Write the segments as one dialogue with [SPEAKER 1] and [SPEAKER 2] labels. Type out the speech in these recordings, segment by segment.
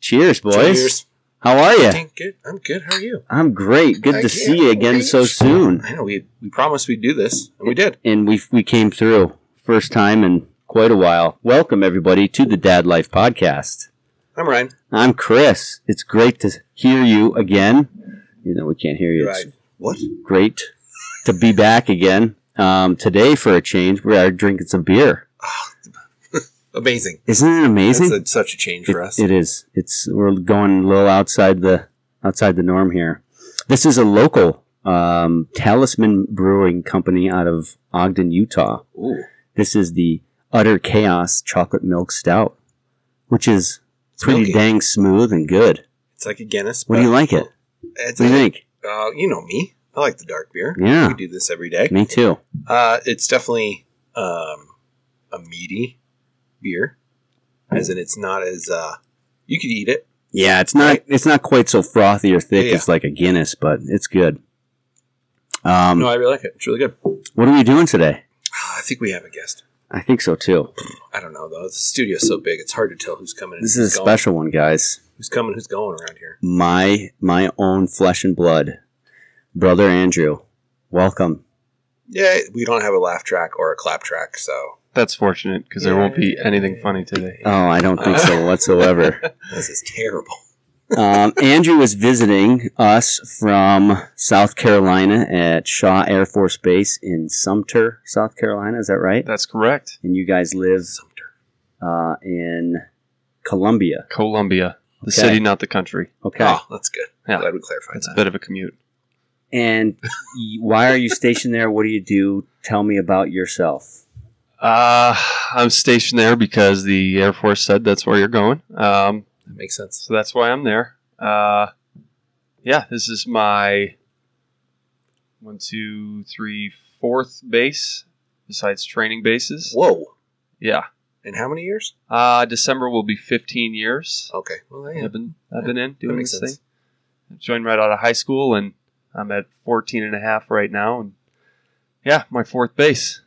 [SPEAKER 1] Cheers, boys.
[SPEAKER 2] Cheers.
[SPEAKER 1] How are you?
[SPEAKER 2] Dang, good. I'm good. How are you?
[SPEAKER 1] I'm great. Good
[SPEAKER 2] I
[SPEAKER 1] to
[SPEAKER 2] can't
[SPEAKER 1] see you again so
[SPEAKER 2] wait.
[SPEAKER 1] soon.
[SPEAKER 2] I know we we promised we'd do this, and we did.
[SPEAKER 1] And we we came through first time in quite a while. Welcome everybody to the Dad Life podcast.
[SPEAKER 2] I'm Ryan.
[SPEAKER 1] I'm Chris. It's great to hear you again. You know we can't hear you. It's
[SPEAKER 2] Right. What?
[SPEAKER 1] great to be back again. Um, today for a change, we are drinking some beer.
[SPEAKER 2] Amazing.
[SPEAKER 1] Isn't it amazing?
[SPEAKER 2] That's a, such a change for
[SPEAKER 1] It-
[SPEAKER 2] us.
[SPEAKER 1] it is. It's we're going a little outside the outside the norm here. This is a local um, Talisman Brewing Company out of Ogden, Utah.
[SPEAKER 2] Ooh,
[SPEAKER 1] This is the Utter Chaos Chocolate Milk Stout, which is
[SPEAKER 2] it's
[SPEAKER 1] pretty
[SPEAKER 2] milky.
[SPEAKER 1] dang smooth and good.
[SPEAKER 2] It's like a Guinness.
[SPEAKER 1] What do
[SPEAKER 2] but-
[SPEAKER 1] you like it?
[SPEAKER 2] It's
[SPEAKER 1] What do you think?
[SPEAKER 2] a- uh, you know me. I like the dark beer.
[SPEAKER 1] Yeah.
[SPEAKER 2] We do this every day.
[SPEAKER 1] Me too.
[SPEAKER 2] Uh, it's definitely um, a meaty beer, as in it's not as uh, you could eat it.
[SPEAKER 1] Yeah, it's not it's not quite so frothy or thick
[SPEAKER 2] Yeah.
[SPEAKER 1] as like a Guinness, but it's good. Um,
[SPEAKER 2] No, I really like it. It's really good.
[SPEAKER 1] what are we doing today?
[SPEAKER 2] Ah, I think we have a guest.
[SPEAKER 1] I think so too.
[SPEAKER 2] I don't know though. The studio's so big, it's hard to tell who's coming. and
[SPEAKER 1] This
[SPEAKER 2] who's
[SPEAKER 1] is a
[SPEAKER 2] going.
[SPEAKER 1] special one, guys.
[SPEAKER 2] Who's coming? Who's going around here?
[SPEAKER 1] my my own flesh and blood, brother Andrew. Welcome.
[SPEAKER 2] Yeah, we don't have a laugh track or a clap track, so
[SPEAKER 3] That's fortunate because there won't be anything funny today.
[SPEAKER 1] Oh, I don't think so whatsoever.
[SPEAKER 2] this is terrible.
[SPEAKER 1] Um, Andrew is visiting us from South Carolina at Shaw Air Force Base in Sumter, South Carolina. Is that right?
[SPEAKER 3] That's correct.
[SPEAKER 1] And you guys live uh, in Columbia.
[SPEAKER 3] Columbia, the
[SPEAKER 1] Okay.
[SPEAKER 3] city, not the country.
[SPEAKER 1] Okay.
[SPEAKER 2] Oh, that's good.
[SPEAKER 3] Yeah.
[SPEAKER 2] Glad we clarified
[SPEAKER 3] It's a
[SPEAKER 2] that.
[SPEAKER 3] bit of a commute.
[SPEAKER 1] And y- why are you stationed there? What do you do? Tell me about yourself.
[SPEAKER 3] Uh, I'm stationed there because the Air Force said that's where you're going. Um,
[SPEAKER 2] That makes sense.
[SPEAKER 3] so that's why I'm there. Uh, yeah, this is my one, two, three, fourth base besides training bases.
[SPEAKER 2] Whoa!
[SPEAKER 3] Yeah.
[SPEAKER 2] In how many years?
[SPEAKER 3] Uh, December will be 15 years.
[SPEAKER 2] Okay. Well, Oh, yeah.
[SPEAKER 3] I've been I've been in doing
[SPEAKER 2] makes
[SPEAKER 3] this
[SPEAKER 2] sense.
[SPEAKER 3] thing. I joined right out of high school and I'm at 14 and a half right now and yeah, my fourth base.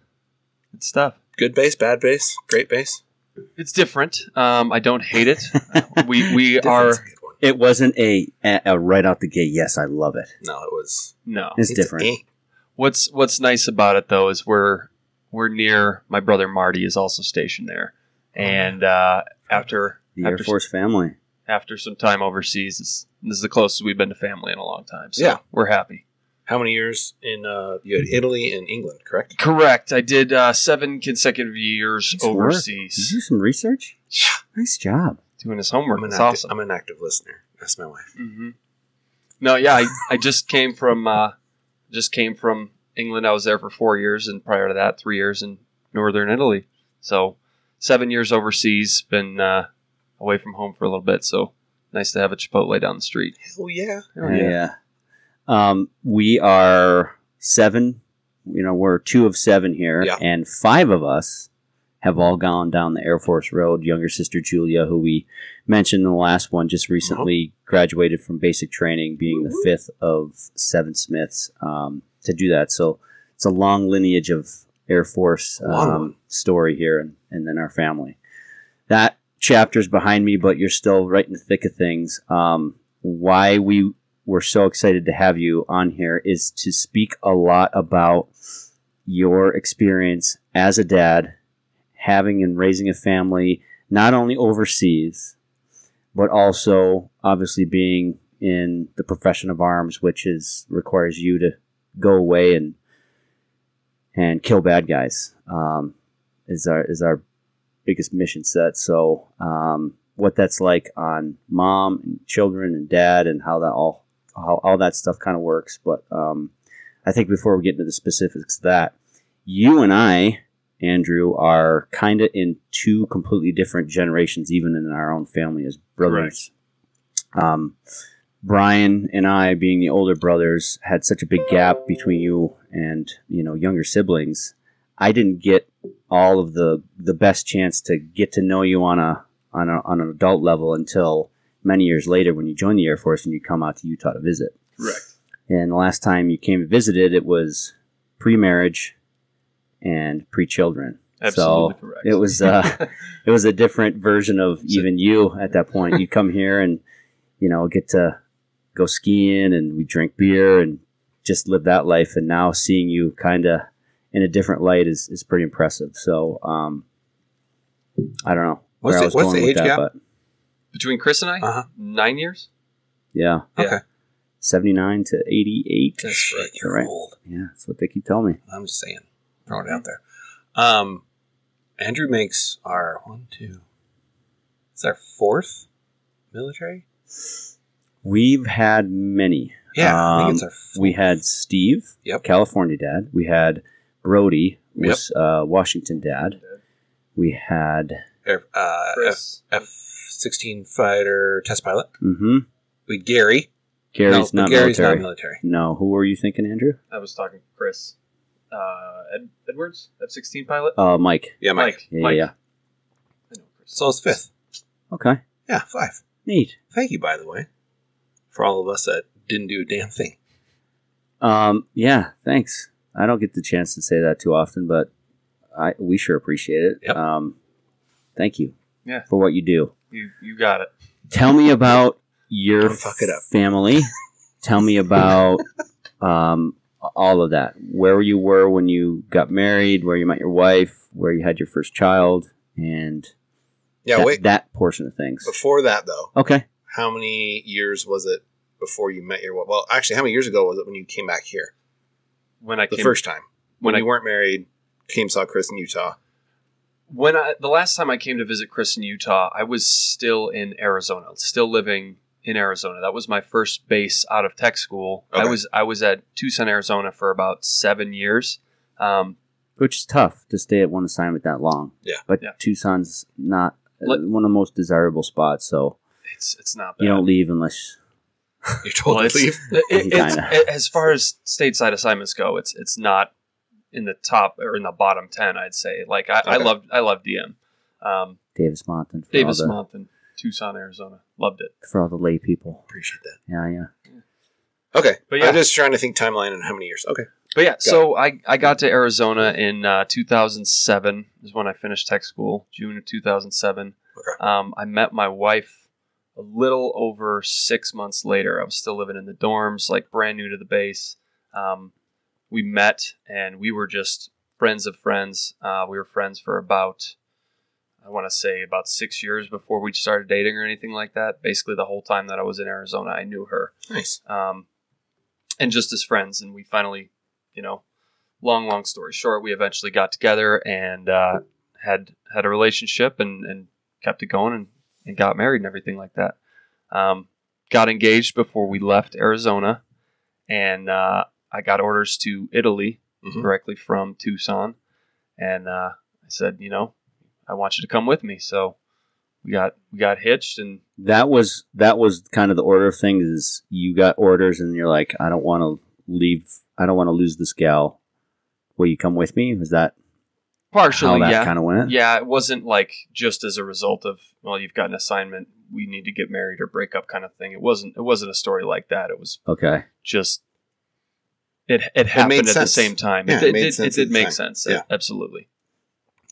[SPEAKER 3] Good stuff.
[SPEAKER 2] Good base, bad base, great base.
[SPEAKER 3] It's different. Um, I don't hate it. we we are
[SPEAKER 2] Difference, good one.
[SPEAKER 1] It wasn't a, a, a right out the gate. Yes, I love it.
[SPEAKER 2] No, it was.
[SPEAKER 3] no.
[SPEAKER 1] It's, different.
[SPEAKER 2] eh.
[SPEAKER 3] What's what's nice about it though is we're we're near my brother Marty is also stationed there. And uh, after
[SPEAKER 1] The Air
[SPEAKER 3] after,
[SPEAKER 1] Force family.
[SPEAKER 3] after some time overseas, it's, this is the closest we've been to family in a long time. So
[SPEAKER 2] Yeah.
[SPEAKER 3] we're happy.
[SPEAKER 2] How many years in uh, you had Italy and England, correct?
[SPEAKER 3] Correct. I did uh, seven consecutive years
[SPEAKER 1] Nice work. Mm-hmm. Did you
[SPEAKER 3] overseas
[SPEAKER 1] do some research?
[SPEAKER 2] Yeah.
[SPEAKER 1] Nice job.
[SPEAKER 3] doing his
[SPEAKER 2] I'm
[SPEAKER 3] homework.
[SPEAKER 2] an,
[SPEAKER 3] It's
[SPEAKER 2] active,
[SPEAKER 3] awesome.
[SPEAKER 2] I'm an active listener. That's my wife.
[SPEAKER 3] hmm No, yeah, I, I just came from uh, just came from England. I was there for four years, and prior to that, three years in northern Italy. So seven years overseas. Been uh, away from home for a little bit. So nice to have a Chipotle down the street.
[SPEAKER 2] Hell yeah!
[SPEAKER 3] Oh,
[SPEAKER 1] yeah. Um, we are seven. You know, we're two of seven here,
[SPEAKER 2] Yeah.
[SPEAKER 1] and five of us have all gone down the Air Force Road. Younger sister Julia, who we mentioned in the last one, just recently graduated from basic training, being the fifth of seven Smiths um, to do that. So it's a long lineage of Air Force
[SPEAKER 2] Long
[SPEAKER 1] um,
[SPEAKER 2] one.
[SPEAKER 1] story here, and, and then our family. That chapter's behind me, but you're still right in the thick of things. Um, why we we're so excited to have you on here is to speak a lot about your experience as a dad, having and raising a family, not only overseas, but also obviously being in the profession of arms, which is requires you to go away and and kill bad guys. Um, is our is our biggest mission set. So um, what that's like on mom and children and dad and how that all how all that stuff kind of works. But um, I think before we get into the specifics of that, you and I, Andrew, are kind of in two completely different generations, even in our own family as brothers. Um, Brian and I, being the older brothers, had such a big gap between you and you know younger siblings. I didn't get all of the the best chance to get to know you on a on a on an adult level until many years later when you joined the Air Force and you come out to Utah to visit.
[SPEAKER 3] Correct.
[SPEAKER 1] And the last time you came and visited, it was pre marriage and pre children.
[SPEAKER 3] Absolutely
[SPEAKER 1] So,
[SPEAKER 3] correct.
[SPEAKER 1] It was uh, it was a different version of even you at that point. You come here and you know get to go skiing and we drink beer and just live that life. And now seeing you kind of in a different light is, is pretty impressive. So um, I don't know
[SPEAKER 2] What's the- what's the age gap?
[SPEAKER 1] but
[SPEAKER 3] Between Chris and I,
[SPEAKER 1] Uh,
[SPEAKER 2] Uh-huh.
[SPEAKER 3] nine years.
[SPEAKER 1] yeah,
[SPEAKER 3] Yeah.
[SPEAKER 2] Okay.
[SPEAKER 1] seventy nine to eighty eight.
[SPEAKER 2] That's
[SPEAKER 1] Shit,
[SPEAKER 2] right. You're
[SPEAKER 1] right.
[SPEAKER 2] old.
[SPEAKER 1] Yeah, that's what they keep telling me.
[SPEAKER 2] I'm just saying. Throwing it out there. Um, Andrew makes our one, two. It's our fourth military.
[SPEAKER 1] We've had many.
[SPEAKER 2] Yeah, I think it's
[SPEAKER 1] Um,
[SPEAKER 2] our. Fourth.
[SPEAKER 1] We had Steve,
[SPEAKER 2] Yep.
[SPEAKER 1] California dad. We had Brody,
[SPEAKER 2] Yep.
[SPEAKER 1] was uh, Washington dad. We had
[SPEAKER 2] Air- uh,
[SPEAKER 3] Chris,
[SPEAKER 2] F sixteen fighter test pilot.
[SPEAKER 1] hmm
[SPEAKER 2] We had Gary.
[SPEAKER 1] Gary's
[SPEAKER 2] No,
[SPEAKER 1] not
[SPEAKER 2] Gary's
[SPEAKER 1] military.
[SPEAKER 2] not military.
[SPEAKER 1] no, who were you thinking, Andrew?
[SPEAKER 3] I was talking to Chris uh, Ed, Edwards, F-16 pilot.
[SPEAKER 1] Uh, Mike.
[SPEAKER 2] Yeah, Mike.
[SPEAKER 1] Yeah,
[SPEAKER 3] Mike.
[SPEAKER 1] yeah.
[SPEAKER 3] I know Chris.
[SPEAKER 2] So it's fifth.
[SPEAKER 1] Okay,
[SPEAKER 2] Yeah, five.
[SPEAKER 1] neat.
[SPEAKER 2] Thank you, by the way, for all of us that didn't do a damn thing.
[SPEAKER 1] Um, yeah, thanks. I don't get the chance to say that too often, but I we sure appreciate it.
[SPEAKER 2] Yep.
[SPEAKER 1] Um, thank you.
[SPEAKER 3] Yeah.
[SPEAKER 1] For what you do.
[SPEAKER 3] you you got it.
[SPEAKER 1] Tell me about your
[SPEAKER 2] Don't fuck it up.
[SPEAKER 1] family. Tell me about um, all of that. Where you were when you got married, where you met your wife, where you had your first child, and
[SPEAKER 2] Yeah,
[SPEAKER 1] that,
[SPEAKER 2] wait.
[SPEAKER 1] that portion of things.
[SPEAKER 2] Before that, though,
[SPEAKER 1] Okay.
[SPEAKER 2] how many years was it before you met your wife? Well, actually, how many years ago was it when you came back here
[SPEAKER 3] When I
[SPEAKER 2] the
[SPEAKER 3] came,
[SPEAKER 2] first time?
[SPEAKER 3] when I
[SPEAKER 2] you weren't married, came saw Chris in Utah.
[SPEAKER 3] when I the last time I came to visit Chris in Utah, I was still in Arizona, still living in Arizona. That was my first base out of tech school. I
[SPEAKER 2] Okay.
[SPEAKER 3] was I was at Tucson, Arizona for about seven years. Um,
[SPEAKER 1] Which is tough to stay at one assignment that long.
[SPEAKER 2] Yeah.
[SPEAKER 1] But
[SPEAKER 3] Yeah.
[SPEAKER 1] Tucson's not uh,
[SPEAKER 3] Let-
[SPEAKER 1] one of the most desirable spots, so
[SPEAKER 3] it's it's not bad.
[SPEAKER 1] you don't leave unless.
[SPEAKER 2] You're
[SPEAKER 3] Well,
[SPEAKER 2] told
[SPEAKER 3] it's,
[SPEAKER 2] to leave.
[SPEAKER 3] it- it- it's-
[SPEAKER 1] Kinda.
[SPEAKER 3] as far as stateside assignments go, it's it's not in the top or in the bottom ten. I'd say. Like I, I
[SPEAKER 2] Okay.
[SPEAKER 3] loved I loved DM, um,
[SPEAKER 1] Davis Montan for,
[SPEAKER 3] Davis
[SPEAKER 1] all the,
[SPEAKER 3] Monthan, Tucson, Arizona. Loved it.
[SPEAKER 1] for all the lay people.
[SPEAKER 2] Appreciate that.
[SPEAKER 1] Yeah, yeah.
[SPEAKER 2] Okay,
[SPEAKER 3] But yeah.
[SPEAKER 2] I'm just trying to think timeline and how many years. Okay,
[SPEAKER 3] But yeah, so I, I got to Arizona in uh, 2007 is when I finished tech school, June of 2007.
[SPEAKER 2] Okay.
[SPEAKER 3] Um, I met my wife a little over six months later. I was still living in the dorms, like brand new to the base. Um, we met and we were just friends of friends. Uh, we were friends for about, I want to say, about six years before we started dating or anything like that. Basically, the whole time that I was in Arizona, I knew her
[SPEAKER 2] nice.
[SPEAKER 3] um, and just as friends. And we finally, you know, long, long story short, we eventually got together and uh, had had a relationship and, and kept it going and, and got married and everything like that. Um, got engaged before we left Arizona, and uh, I got orders to Italy
[SPEAKER 2] Mhm.
[SPEAKER 3] directly from Tucson, and uh, I said, you know, I want you to come with me. So we got we got hitched and
[SPEAKER 1] that was that was kind of the order of things is you got orders and you're like i don't want to leave i don't want to lose this gal will you come with me was that
[SPEAKER 3] partially
[SPEAKER 1] how that
[SPEAKER 3] yeah
[SPEAKER 1] kind of went
[SPEAKER 3] yeah, it wasn't like just as a result of well, you've got an assignment, we need to get married or break up kind of thing. It wasn't it wasn't a story like that. It was
[SPEAKER 1] okay
[SPEAKER 3] just it it happened
[SPEAKER 2] made
[SPEAKER 3] at the
[SPEAKER 2] sense.
[SPEAKER 3] same time.
[SPEAKER 2] Yeah,
[SPEAKER 3] it,
[SPEAKER 2] it made
[SPEAKER 3] did-
[SPEAKER 2] sense
[SPEAKER 3] it
[SPEAKER 2] at
[SPEAKER 3] did
[SPEAKER 2] the
[SPEAKER 3] make
[SPEAKER 2] time.
[SPEAKER 3] sense.
[SPEAKER 2] Yeah.
[SPEAKER 3] Absolutely.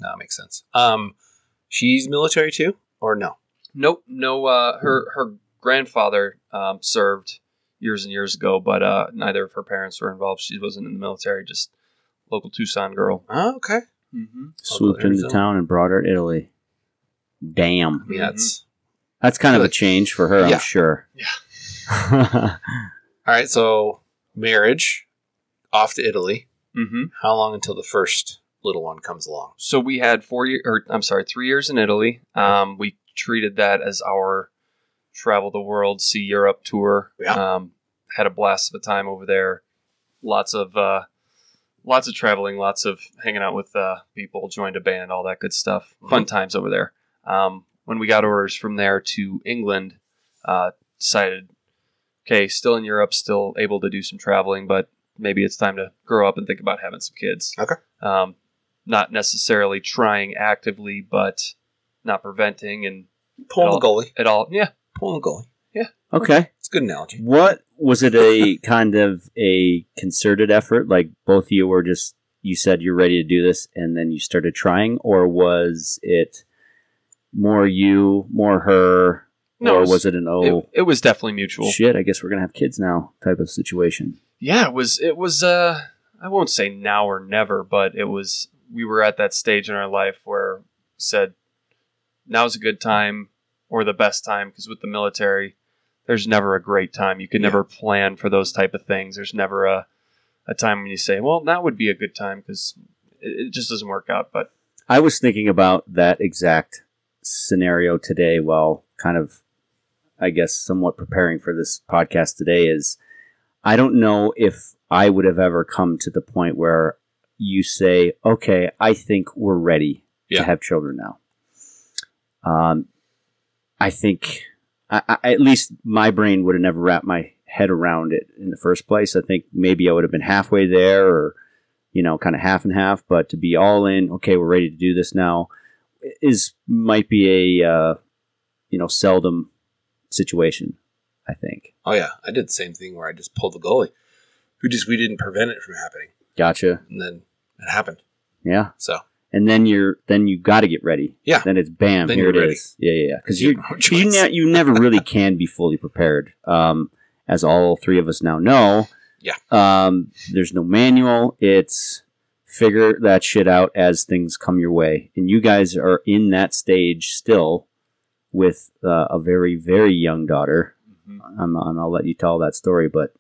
[SPEAKER 2] No, that makes sense. Um, she's military too, or no?
[SPEAKER 3] Nope. No. Uh, her her grandfather um, served years and years ago, but uh, neither of her parents were involved. She wasn't in the military. Just local Tucson girl.
[SPEAKER 2] Oh, okay.
[SPEAKER 3] Mm-hmm.
[SPEAKER 1] swooped into
[SPEAKER 2] Arizona.
[SPEAKER 1] town and brought her to italy damn
[SPEAKER 2] I mean, that's
[SPEAKER 1] that's kind of a change for her
[SPEAKER 2] Yeah.
[SPEAKER 1] i'm sure yeah
[SPEAKER 2] all right. So marriage, off to Italy.
[SPEAKER 3] Mm-hmm.
[SPEAKER 2] How long until the first little one comes along?
[SPEAKER 3] so we had four year or I'm sorry, three years in Italy. Um, we treated that as our travel the world, see Europe tour.
[SPEAKER 2] Yeah.
[SPEAKER 3] Um, had a blast of a time over there. Lots of uh, lots of traveling, lots of hanging out with uh, people, joined a band, all that good stuff.
[SPEAKER 2] Mm-hmm.
[SPEAKER 3] Fun times over there. Um, when we got orders from there to England, uh, decided, okay, still in Europe, still able to do some traveling, but maybe it's time to grow up and think about having some kids.
[SPEAKER 2] Okay.
[SPEAKER 3] Um, not necessarily trying actively, but not preventing and
[SPEAKER 2] Pulling a goalie.
[SPEAKER 3] at all. Yeah.
[SPEAKER 2] Pulling a goalie.
[SPEAKER 1] okay
[SPEAKER 2] It's a good analogy.
[SPEAKER 1] what was it a kind of a concerted effort like both of you were just you said you're ready to do this and then you started trying, or was it more you, more her,
[SPEAKER 3] No,
[SPEAKER 1] or
[SPEAKER 3] it
[SPEAKER 1] was,
[SPEAKER 3] was,
[SPEAKER 1] it an oh
[SPEAKER 3] it, it was definitely mutual.
[SPEAKER 1] shit? I guess we're gonna have kids now type of situation.
[SPEAKER 3] yeah, it was it was uh I won't say now or never, but it was we were at that stage in our life where we said now's a good time or the best time because with the military there's never a great time. You can
[SPEAKER 2] Yeah.
[SPEAKER 3] never plan for those type of things. There's never a a time when you say, "Well, that would be a good time" because it, it just doesn't work out, but
[SPEAKER 1] I was thinking about that exact scenario today while kind of, I guess, somewhat preparing for this podcast today. Is I don't know if I would have ever come to the point where you say, okay, I think we're ready
[SPEAKER 2] Yeah.
[SPEAKER 1] to have children now. Um, I think, I, I, at least my brain would have never wrapped my head around it in the first place. I think maybe I would have been halfway there or you know, kind of half and half, but to be all in, okay, we're ready to do this now, is might be a uh, you know seldom situation. I think.
[SPEAKER 2] Oh yeah, I did the same thing where I just pulled the goalie. We just we didn't prevent it from happening,
[SPEAKER 1] Gotcha.
[SPEAKER 2] and then it happened.
[SPEAKER 1] Yeah,
[SPEAKER 2] So
[SPEAKER 1] and then you're then you got to get ready.
[SPEAKER 2] Yeah.
[SPEAKER 1] Then it's bam.
[SPEAKER 2] Then
[SPEAKER 1] here it
[SPEAKER 2] you're ready.
[SPEAKER 1] is. Yeah, yeah. Because
[SPEAKER 2] You
[SPEAKER 1] you
[SPEAKER 2] have no
[SPEAKER 1] you,
[SPEAKER 2] choice.
[SPEAKER 1] ne- you never really can be fully prepared. Um, as all three of us now know.
[SPEAKER 2] Yeah.
[SPEAKER 1] Um, there's no manual. It's figure that shit out as things come your way, and you guys are in that stage still with uh, a very very young daughter. I'm, i I'll let you tell that story, but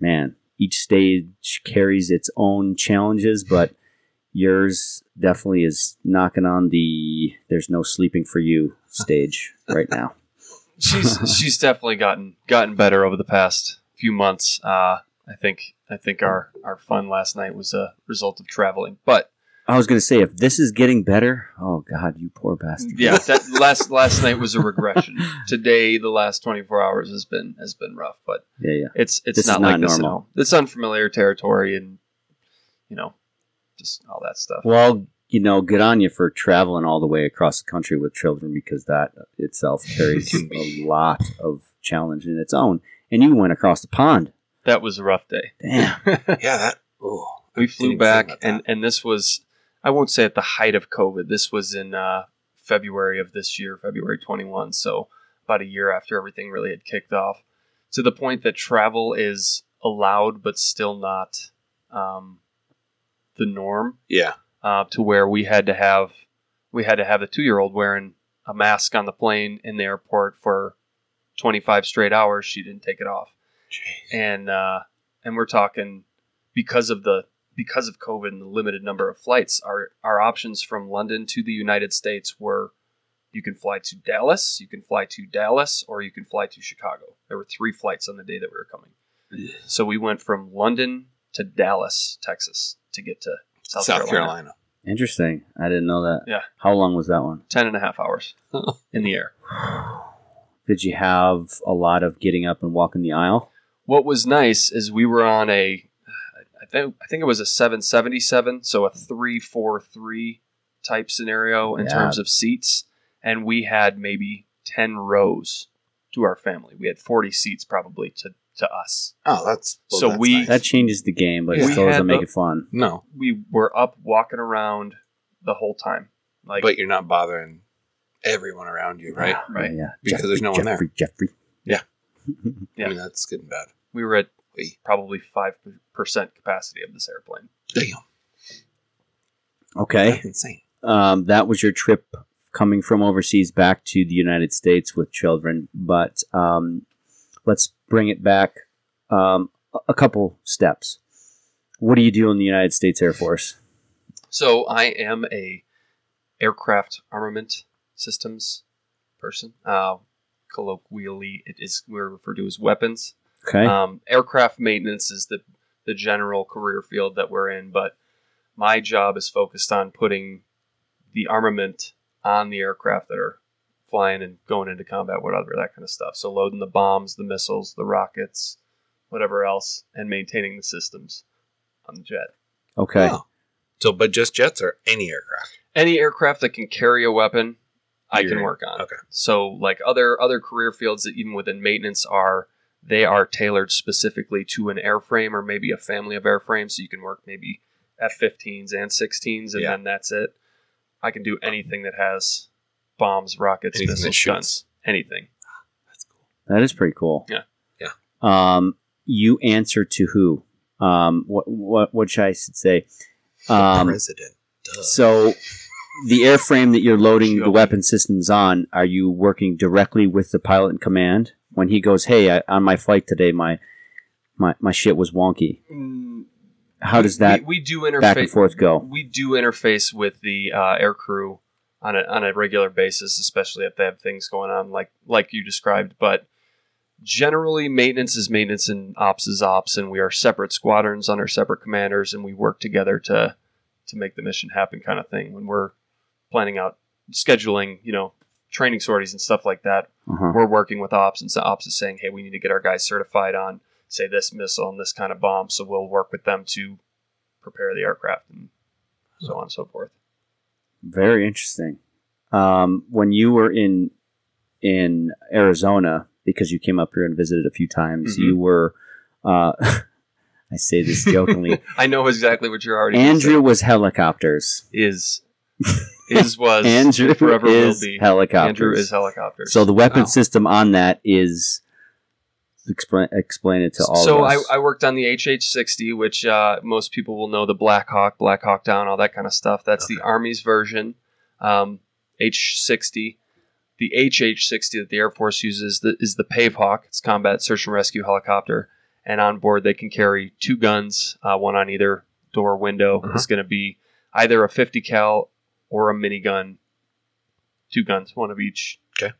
[SPEAKER 1] man, each stage carries its own challenges, but yours definitely is knocking on the there's no sleeping for you stage right now.
[SPEAKER 3] she's she's definitely gotten gotten better over the past few months. Uh, I think I think our our fun last night was a result of traveling, but
[SPEAKER 1] I was gonna say if this is getting better, oh god, you poor bastard.
[SPEAKER 3] yeah, that last last night was a regression. Today, the last twenty four hours has been has been rough, but
[SPEAKER 1] Yeah, yeah.
[SPEAKER 3] it's it's
[SPEAKER 1] This is
[SPEAKER 3] not
[SPEAKER 1] not
[SPEAKER 3] like this at
[SPEAKER 1] normal.
[SPEAKER 3] all. It's unfamiliar territory, and you know, just all that stuff.
[SPEAKER 1] Well, you know, good on you for traveling all the way across the country with children because that itself carries
[SPEAKER 2] Can
[SPEAKER 1] a lot of challenge in its own. And you went across the pond.
[SPEAKER 3] That was a rough day.
[SPEAKER 1] Damn.
[SPEAKER 2] yeah, that. Oh,
[SPEAKER 3] we
[SPEAKER 2] didn't
[SPEAKER 3] flew
[SPEAKER 2] think
[SPEAKER 3] back
[SPEAKER 2] about that.
[SPEAKER 3] and and this was i won't say at the height of covid this was in uh, february of this year february 21 so about a year after everything really had kicked off to the point that travel is allowed but still not um, the norm
[SPEAKER 2] yeah,
[SPEAKER 3] uh, to where we had to have we had to have the two year old wearing a mask on the plane in the airport for 25 straight hours she didn't take it off
[SPEAKER 2] Jeez.
[SPEAKER 3] and uh, and we're talking because of the because of COVID and the limited number of flights, our our options from London to the United States were you can fly to Dallas, you can fly to Dallas, or you can fly to Chicago. There were three flights on the day that we were coming,
[SPEAKER 2] Yeah.
[SPEAKER 3] so we went from London to Dallas, Texas, to get to South,
[SPEAKER 2] South,
[SPEAKER 3] Carolina.
[SPEAKER 2] Carolina.
[SPEAKER 1] Interesting. I didn't know that.
[SPEAKER 3] Yeah.
[SPEAKER 1] How long was that one?
[SPEAKER 3] Ten and a half hours in the air.
[SPEAKER 1] Did you have a lot of getting up and walking the aisle?
[SPEAKER 3] What was nice is we were on a, I think I think it was a 777, so a 343 type scenario in
[SPEAKER 1] Yeah.
[SPEAKER 3] terms of seats, and we had maybe 10 rows to our family. We had 40 seats probably to to us.
[SPEAKER 2] Oh, that's well,
[SPEAKER 3] So
[SPEAKER 2] that's
[SPEAKER 3] we-
[SPEAKER 2] nice.
[SPEAKER 1] That changes the game, but it
[SPEAKER 2] We
[SPEAKER 1] still doesn't
[SPEAKER 3] had
[SPEAKER 1] make
[SPEAKER 3] the-
[SPEAKER 1] it fun.
[SPEAKER 2] no,
[SPEAKER 3] We were up walking around the whole time. Like
[SPEAKER 2] but you're not bothering everyone around you, right?
[SPEAKER 3] right.
[SPEAKER 1] Yeah.
[SPEAKER 2] Because there's no one there.
[SPEAKER 1] Jeffrey, Jeffrey.
[SPEAKER 2] Yeah.
[SPEAKER 3] Yeah.
[SPEAKER 2] I mean, that's good and bad.
[SPEAKER 3] we were at
[SPEAKER 2] We-
[SPEAKER 3] probably 5% capacity of this airplane.
[SPEAKER 2] Damn,
[SPEAKER 1] okay.
[SPEAKER 2] that's insane.
[SPEAKER 1] Um, that was your trip coming from overseas back to the United States with children. But um, let's bring it back um, a- a couple steps. What do you do in the United States Air Force?
[SPEAKER 3] So I am a aircraft armament systems person. Uh, colloquially, it is we're referred to as weapons.
[SPEAKER 1] Okay.
[SPEAKER 3] Um, aircraft maintenance is the the general career field that we're in, but my job is focused on putting the armament on the aircraft that are flying and going into combat, whatever that kind of stuff. So loading the bombs, the missiles, the rockets, whatever else, and maintaining the systems on the jet.
[SPEAKER 1] okay.
[SPEAKER 2] Oh. So, but just jets or any aircraft?
[SPEAKER 3] any aircraft that can carry a weapon i
[SPEAKER 2] You're-
[SPEAKER 3] can work on
[SPEAKER 2] okay.
[SPEAKER 3] so like other other career fields that even within maintenance are they are tailored specifically to an airframe or maybe a family of airframes so you can work maybe F-15s and 16s, and
[SPEAKER 2] Yeah.
[SPEAKER 3] then that's it. I can do anything that has bombs, rockets,
[SPEAKER 2] Anything that
[SPEAKER 3] missiles,
[SPEAKER 2] shoots.
[SPEAKER 3] guns, anything.
[SPEAKER 2] That's cool.
[SPEAKER 1] That is pretty cool.
[SPEAKER 3] Yeah.
[SPEAKER 2] Yeah.
[SPEAKER 1] Um, you answer to who? Um, what what what should I should say? Um,
[SPEAKER 2] President. Duh.
[SPEAKER 1] so the airframe that you're loading the
[SPEAKER 3] Sure.
[SPEAKER 1] weapon systems on, are you working directly with the pilot in command when he goes, "Hey, I, on my flight today, my my my shit was wonky." How does that
[SPEAKER 3] We, we do
[SPEAKER 1] back and
[SPEAKER 3] interface.
[SPEAKER 1] forth go?
[SPEAKER 3] We do interface with the uh, air crew on a, on a regular basis, especially if they have things going on like like you described. But generally, maintenance is maintenance and ops is ops, and we are separate squadrons under separate commanders, and we work together to to make the mission happen, kind of thing. When we're planning out scheduling, you know, training sorties and stuff like that,
[SPEAKER 1] Uh-huh.
[SPEAKER 3] we're working with ops and so ops is saying hey we need to get our guys certified on say this missile and this kind of bomb so we'll work with them to prepare the aircraft and so on and so forth
[SPEAKER 1] Very interesting. Um, when you were in in Arizona, because you came up here and visited a few times,
[SPEAKER 3] Mhm.
[SPEAKER 1] you were. Uh, I say this jokingly.
[SPEAKER 3] i know exactly what you're already gonna
[SPEAKER 1] Andrew was helicopters.
[SPEAKER 3] say. is is was
[SPEAKER 1] Andrew
[SPEAKER 3] and forever
[SPEAKER 1] is
[SPEAKER 3] will be
[SPEAKER 1] helicopters.
[SPEAKER 3] andrew is helicopters
[SPEAKER 1] so the weapon
[SPEAKER 2] Wow.
[SPEAKER 1] system on that is explain explain it to all. of
[SPEAKER 3] so I,
[SPEAKER 1] us.
[SPEAKER 3] I worked on the HH60, which uh, most people will know the Black Hawk, Black Hawk Down, all that kind of stuff. That's the
[SPEAKER 2] Okay.
[SPEAKER 3] Army's version. Um, H60, the HH60 that the Air Force uses the, is the Pave Hawk. It's combat search and rescue helicopter, and on board they can carry two guns, uh, one on either door window.
[SPEAKER 2] Uh-huh.
[SPEAKER 3] It's going to be either a 50 cal or a minigun, two guns, one of each.
[SPEAKER 2] Okay.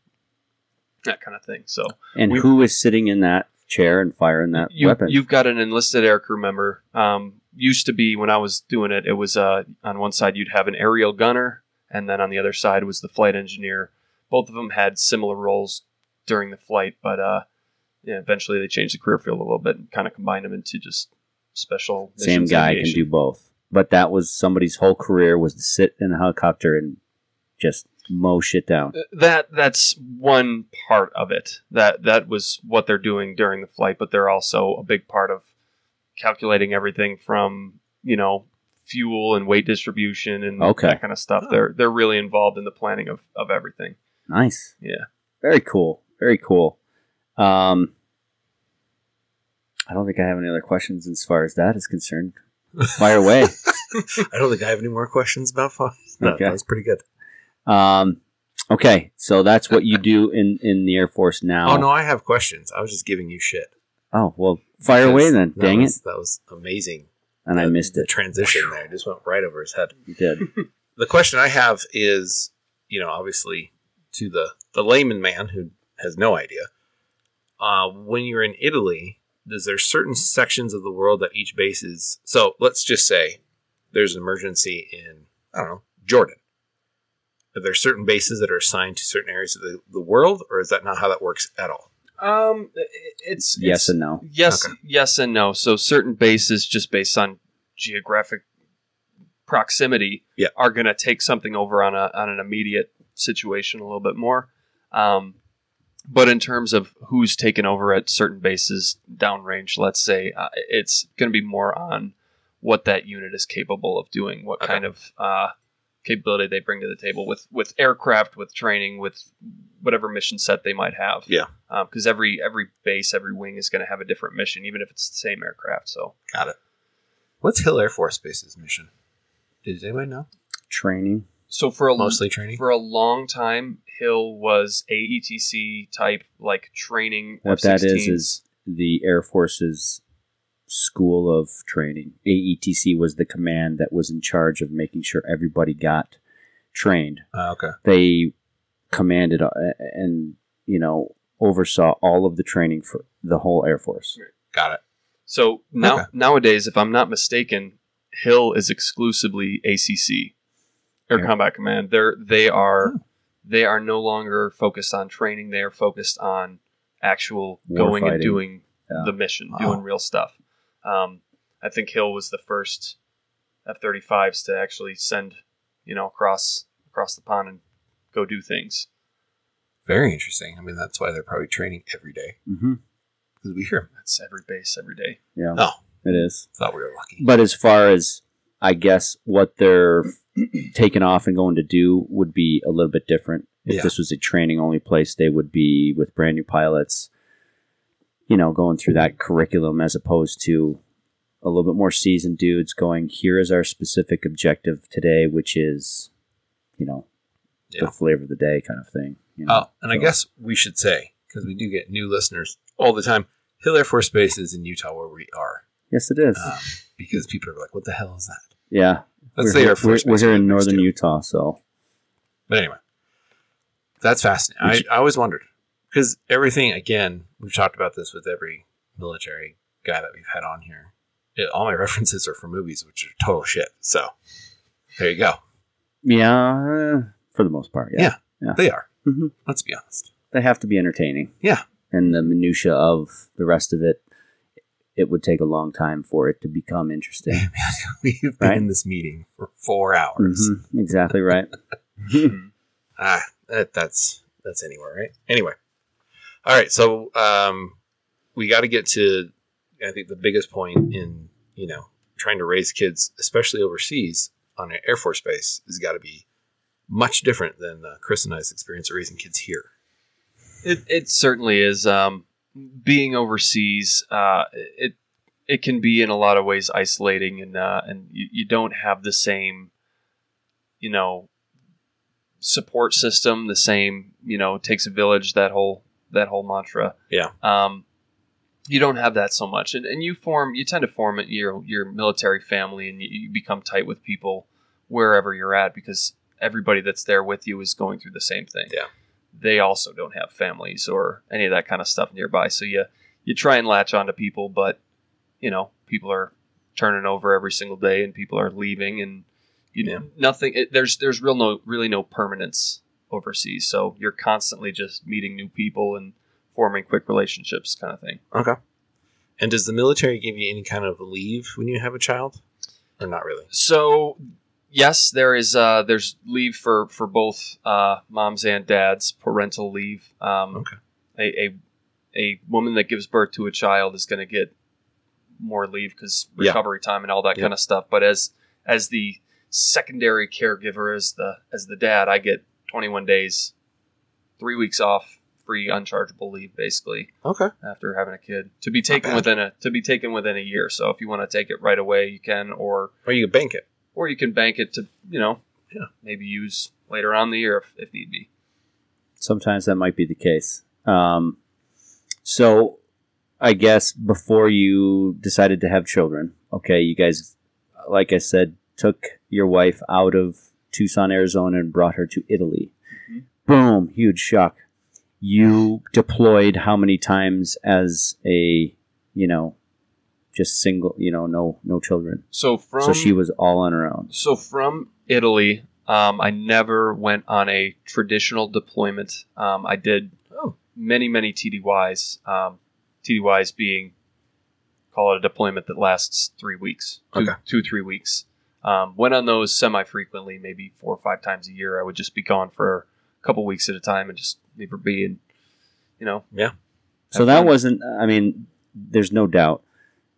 [SPEAKER 3] That kind of thing. So
[SPEAKER 1] and
[SPEAKER 3] we-
[SPEAKER 1] who is sitting in that chair and firing that
[SPEAKER 3] you,
[SPEAKER 1] weapon?
[SPEAKER 3] You've got an enlisted air crew member. Um, used to be when I was doing it, it was uh, on one side you'd have an aerial gunner, and then on the other side was the flight engineer. Both of them had similar roles during the flight, but uh, yeah, eventually they changed the career field a little bit and kind of combined them into just special.
[SPEAKER 1] Same
[SPEAKER 3] missions
[SPEAKER 1] guy
[SPEAKER 3] aviation.
[SPEAKER 1] can do both. But that was somebody's whole career was to sit in a helicopter and just mow shit down.
[SPEAKER 3] that that's one part of it that that was what they're doing during the flight but they're also a big part of calculating everything from you know fuel and weight distribution and
[SPEAKER 1] Okay.
[SPEAKER 3] that kind of stuff they're they're really involved in the planning of of everything
[SPEAKER 1] Nice.
[SPEAKER 3] Yeah.
[SPEAKER 1] Very cool. Very cool. Um, I don't think I have any other questions as far as that is concerned. Fire away.
[SPEAKER 2] I don't think I have any more questions about Fox. No,
[SPEAKER 1] Okay.
[SPEAKER 2] that was pretty good.
[SPEAKER 1] Um, okay, so that's what you do in in the Air Force now.
[SPEAKER 2] Oh no, I have questions. I was just giving you shit.
[SPEAKER 1] Oh well, fire away
[SPEAKER 2] Because
[SPEAKER 1] then.
[SPEAKER 2] that
[SPEAKER 1] Dang
[SPEAKER 2] was-
[SPEAKER 1] it!
[SPEAKER 2] That was amazing.
[SPEAKER 1] And I
[SPEAKER 2] The-
[SPEAKER 1] missed
[SPEAKER 2] the
[SPEAKER 1] it.
[SPEAKER 2] transition there. It just went right over his head.
[SPEAKER 1] You did.
[SPEAKER 2] The question I have is, you know, obviously to the the layman man who has no idea. Uh, when you're in Italy, is there certain sections of the world that each base is? So let's just say there's an emergency in I don't know Jordan. Are there certain bases that are assigned to certain areas of the, the world, or is that not how that works at all?
[SPEAKER 3] um it's
[SPEAKER 1] yes and no.
[SPEAKER 3] Yes,
[SPEAKER 2] Okay.
[SPEAKER 3] yes, and no. So certain bases, just based on geographic proximity,
[SPEAKER 2] Yeah.
[SPEAKER 3] are going to take something over on a on an immediate situation a little bit more. Um, but in terms of who's taken over at certain bases downrange, let's say uh, it's going to be more on what that unit is capable of doing, what
[SPEAKER 2] Okay.
[SPEAKER 3] kind of uh, capability they bring to the table with with aircraft, with training, with whatever mission set they might have because Um, every every base, every wing is going to have a different mission, even if it's the same aircraft. So
[SPEAKER 2] Got it. What's Hill Air Force Base's mission? Does anybody know?
[SPEAKER 1] Training.
[SPEAKER 3] so for a
[SPEAKER 2] Mostly training.
[SPEAKER 3] for a long time, Hill was AETC type like training.
[SPEAKER 1] What that is
[SPEAKER 3] F-16s.
[SPEAKER 1] is the Air Force's school of training. AETC was the command that was in charge of making sure everybody got trained.
[SPEAKER 2] Uh, okay.
[SPEAKER 1] they commanded uh, and you know oversaw all of the training for the whole air force
[SPEAKER 2] Got it.
[SPEAKER 3] so now
[SPEAKER 2] Okay.
[SPEAKER 3] nowadays, if I'm not mistaken, Hill is exclusively ACC, Air
[SPEAKER 1] Yeah. Hmm.
[SPEAKER 3] Combat Command. They're they are they are no longer focused on training. They are focused on actual
[SPEAKER 1] War
[SPEAKER 3] going and
[SPEAKER 1] fighting.
[SPEAKER 3] doing
[SPEAKER 1] Yeah.
[SPEAKER 3] the mission,
[SPEAKER 2] Wow.
[SPEAKER 3] doing real stuff. Um, I think Hill was the first F-35s to actually send, you know, across across the pond and go do things.
[SPEAKER 2] Very interesting. I mean, that's why they're probably training every day
[SPEAKER 1] hmm
[SPEAKER 2] because we hear them.
[SPEAKER 3] That's every base every day.
[SPEAKER 1] yeah
[SPEAKER 2] Oh,
[SPEAKER 1] it is
[SPEAKER 2] thought we were lucky.
[SPEAKER 1] but as far as I guess what they're taking off and going to do would be a little bit different. If
[SPEAKER 2] Yeah.
[SPEAKER 1] this was a training only place, they would be with brand new pilots, you know, going through that curriculum as opposed to a little bit more seasoned dudes going, here is our specific objective today, which is, you know,
[SPEAKER 2] Yeah.
[SPEAKER 1] the flavor of the day kind of thing. You know?
[SPEAKER 2] Oh, and I
[SPEAKER 1] So-
[SPEAKER 2] guess we should say, because we do get new listeners all the time, Hill Air Force Base is in Utah where we are.
[SPEAKER 1] Yes, it is.
[SPEAKER 2] Um, because people are like, what the hell is that?
[SPEAKER 1] yeah.
[SPEAKER 2] Let's
[SPEAKER 1] we're,
[SPEAKER 2] say
[SPEAKER 1] here-
[SPEAKER 2] Air Force
[SPEAKER 1] we're, we're
[SPEAKER 2] Base
[SPEAKER 1] here in
[SPEAKER 2] members
[SPEAKER 1] northern
[SPEAKER 2] do.
[SPEAKER 1] Utah, so
[SPEAKER 2] But anyway, that's fascinating.
[SPEAKER 1] Which-
[SPEAKER 2] I, I always wondered because everything, again, we've talked about this with every military guy that we've had on here. It, all my references are for movies, which are total shit. So there you go.
[SPEAKER 1] yeah, for the most part, yeah.
[SPEAKER 2] Yeah. They are.
[SPEAKER 1] Mhm.
[SPEAKER 2] Let's be honest.
[SPEAKER 1] They have to be entertaining.
[SPEAKER 2] Yeah.
[SPEAKER 1] And the minutia of the rest of it, it would take a long time for it to become interesting.
[SPEAKER 2] We've been
[SPEAKER 1] Right.
[SPEAKER 2] in this meeting for four hours.
[SPEAKER 1] Mhm, Exactly right.
[SPEAKER 3] Hmm.
[SPEAKER 2] Ah, that, that's that's anywhere, right? Anyway, all right. So um, we got to get to, I think the biggest point in you know trying to raise kids, especially overseas on an Air Force base, has got to be much different than uh, Chris and I's experience of raising kids here.
[SPEAKER 3] It, it certainly is. Um, being overseas, uh, it it can be in a lot of ways isolating, and uh, and you, you don't have the same, you know, support system. The same, you know, it takes a village. That whole that whole mantra.
[SPEAKER 2] Yeah.
[SPEAKER 3] Um, you don't have that so much, and, and you form you tend to form your your military family, and you, you become tight with people wherever you're at because everybody that's there with you is going through the same thing they also don't have families or any of that kind of stuff nearby. So you you try and latch onto people, but you know people are turning over every single day, and people are leaving, and you know
[SPEAKER 2] Yeah.
[SPEAKER 3] nothing. It, there's there's real no really no permanence overseas, so you're constantly just meeting new people and forming quick relationships, kind of thing.
[SPEAKER 2] Okay. And does the military give you any kind of leave when you have a child, or not really?
[SPEAKER 3] So yes, there is uh, there's leave for for both uh, moms and dads, parental leave. Um,
[SPEAKER 2] Okay.
[SPEAKER 3] A, a a woman that gives birth to a child is going to get more leave because
[SPEAKER 2] Yeah.
[SPEAKER 3] recovery time and all that
[SPEAKER 2] Yeah.
[SPEAKER 3] kind of stuff. But as as the secondary caregiver, as the as the dad, I get 21 days, three weeks off, free unchargeable leave, basically
[SPEAKER 2] Okay.
[SPEAKER 3] after having a kid to be taken
[SPEAKER 2] bad.
[SPEAKER 3] within a to be taken within a year. So if you want to take it right away, you can, or
[SPEAKER 2] Or you could bank it.
[SPEAKER 3] or you can bank it to you know
[SPEAKER 2] Yeah.
[SPEAKER 3] maybe use later on in the year if, if need be
[SPEAKER 1] Sometimes that might be the case. Um, so I guess before you decided to have children, okay, you guys, like I said, took your wife out of Tucson, Arizona and brought her to Italy.
[SPEAKER 3] Mhm.
[SPEAKER 1] Boom, huge shock. You deployed how many times as a, you know, just single, you know, no no children.
[SPEAKER 3] so from
[SPEAKER 1] so she was all on her own.
[SPEAKER 3] so from italy um, i never went on a traditional deployment um, i did
[SPEAKER 2] Oh.
[SPEAKER 3] many many tdys um, tdys being call it a deployment that lasts three weeks two,
[SPEAKER 2] Okay.
[SPEAKER 3] two three weeks um, went on those semi-frequently maybe four or five times a year i would just be gone for a couple weeks at a time and just leave her be and you know
[SPEAKER 1] So
[SPEAKER 3] Have
[SPEAKER 1] that
[SPEAKER 3] fun.
[SPEAKER 1] wasn't. I mean, there's no doubt.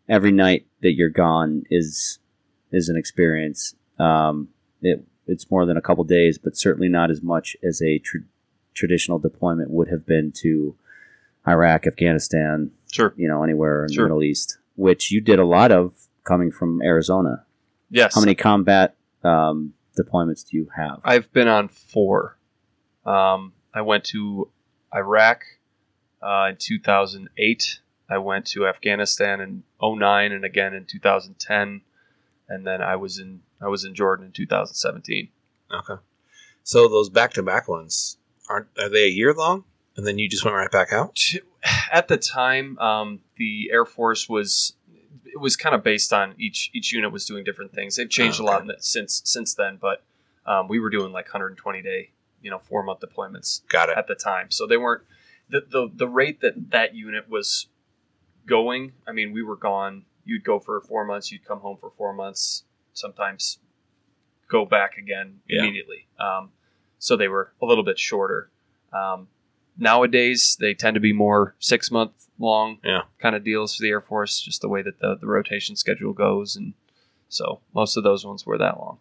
[SPEAKER 1] Every night that you're gone is is an experience. Um, it it's more than a couple days, but certainly not as much as a tr- traditional deployment would have been to Iraq, Afghanistan,
[SPEAKER 3] sure
[SPEAKER 1] you know, anywhere in
[SPEAKER 3] Sure.
[SPEAKER 1] the Middle East, which you did a lot of coming from Arizona.
[SPEAKER 3] yes
[SPEAKER 1] How many combat um, deployments do you have?
[SPEAKER 3] I've been on four. Um, I went to Iraq uh, in 2008. I went to Afghanistan in 09 and again in 2010. And then I was in I was in Jordan in 2017.
[SPEAKER 2] Okay. So those back to back ones aren't are they a year long? And then you just went right back out?
[SPEAKER 3] to, at the time, um, the Air Force was it was kind of based on each each unit was doing different things. They've changed a lot in the, since since then, but um, we were doing like 120 day, you know, four month deployments.
[SPEAKER 2] Got it.
[SPEAKER 3] at the time. So they weren't the the, the rate that that unit was going. I mean, we were gone. You'd go for four months. You'd come home for four months. Sometimes go back again
[SPEAKER 2] Yeah.
[SPEAKER 3] immediately. Um, so they were a little bit shorter. Um, nowadays, they tend to be more six month long
[SPEAKER 2] Yeah.
[SPEAKER 3] kind of deals for the Air Force, just the way that the, the rotation schedule goes and So most of those ones were that long.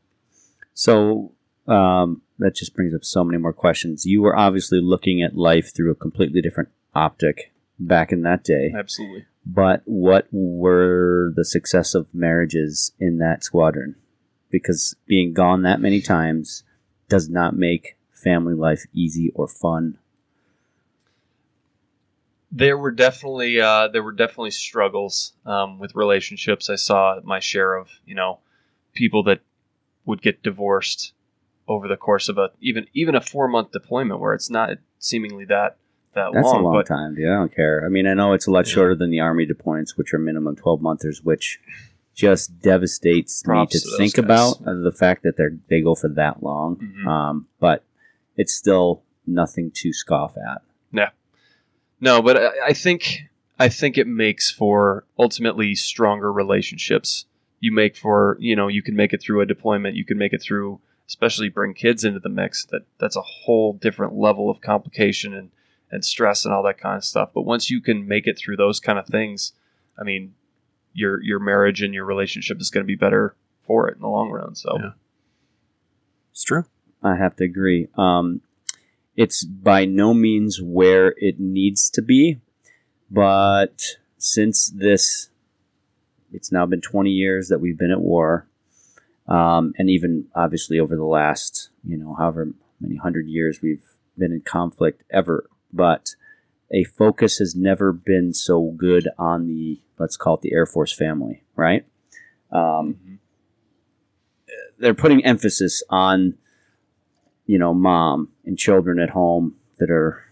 [SPEAKER 1] So um, that just brings up so many more questions. You were obviously looking at life through a completely different optic back in that day.
[SPEAKER 3] Absolutely.
[SPEAKER 1] But what were the success of marriages in that squadron? Because being gone that many times does not make family life easy or fun.
[SPEAKER 3] There were definitely uh, there were definitely struggles um, with relationships. I saw my share of you know people that would get divorced over the course of a even even a four month deployment where it's not seemingly that that
[SPEAKER 1] That's
[SPEAKER 3] long,
[SPEAKER 1] a long
[SPEAKER 3] but
[SPEAKER 1] time, dude. I don't care. I mean, I know it's a lot
[SPEAKER 3] Yeah.
[SPEAKER 1] shorter than the army deployments, which are minimum twelve monthers, which just devastates
[SPEAKER 3] Props
[SPEAKER 1] me
[SPEAKER 3] to
[SPEAKER 1] to
[SPEAKER 3] those
[SPEAKER 1] think
[SPEAKER 3] guys.
[SPEAKER 1] about uh, the fact that they're they go for that long.
[SPEAKER 3] Mhm.
[SPEAKER 1] Um, but it's still nothing to scoff at.
[SPEAKER 3] No, but I, I think I think it makes for ultimately stronger relationships. You make for you know you can make it through a deployment. You can make it through, especially bring kids into the mix. That that's a whole different level of complication and and stress and all that kind of stuff. But once you can make it through those kind of things, I mean, your your marriage and your relationship is going to be better for it in the long run. So
[SPEAKER 2] Yeah. It's true.
[SPEAKER 1] I have to agree. Um, it's by no means where it needs to be, but since this, it's now been 20 years that we've been at war, um, and even obviously over the last, you know, however many hundred years we've been in conflict ever, but a focus has never been so good on the, let's call it the Air Force family, right? Um,
[SPEAKER 3] Mhm.
[SPEAKER 1] they're putting emphasis on you know mom and children at home that are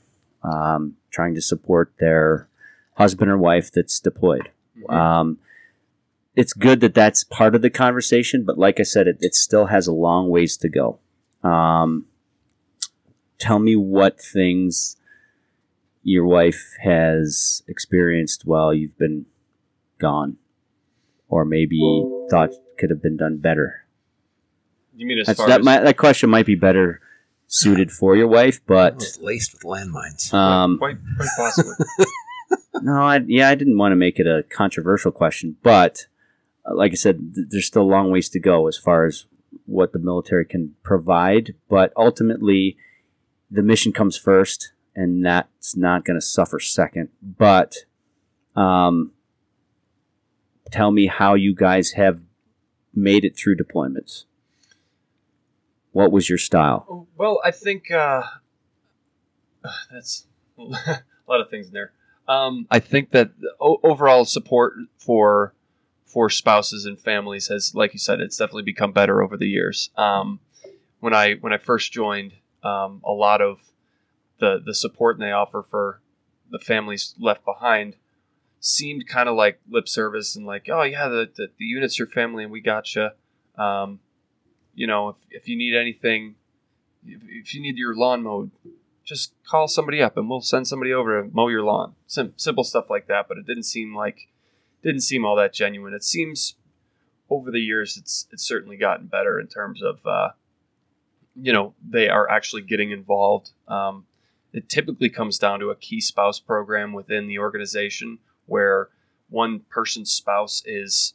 [SPEAKER 1] um, trying to support their husband or wife that's deployed um, it's good that that's part of the conversation but like i said it, it still has a long ways to go um, tell me what things your wife has experienced while you've been gone or maybe thought could have been done better
[SPEAKER 3] you mean as
[SPEAKER 1] that's,
[SPEAKER 3] far
[SPEAKER 1] that,
[SPEAKER 3] as
[SPEAKER 1] might, that question might be better suited for your wife,
[SPEAKER 2] It
[SPEAKER 1] but
[SPEAKER 2] was laced with landmines.
[SPEAKER 1] um,
[SPEAKER 3] quite quite possibly.
[SPEAKER 1] no, I, yeah, I didn't want to make it a controversial question, but uh, like I said, th- there's still a long ways to go as far as what the military can provide, but ultimately, the mission comes first, and that's not going to suffer second. But um, tell me how you guys have made it through deployments. What was your style?
[SPEAKER 3] Oh, Well, I think uh, that's a lot of things in there. Um, I think that the o- overall support for for spouses and families has, like you said, it's definitely become better over the years. Um, when I when I first joined, um, a lot of the the support they offer for the families left behind seemed kind of like lip service and like, oh yeah, the, the, the unit's your family and we gotcha. Um, you know, if, if you need anything, if, if you need your lawn mowed, just call somebody up and we'll send somebody over to mow your lawn. Sim- simple stuff like that, but it didn't seem like didn't seem all that genuine. It seems over the years it's it's certainly gotten better in terms of uh, you know they are actually getting involved. Um, it typically comes down to a key spouse program within the organization where one person's spouse is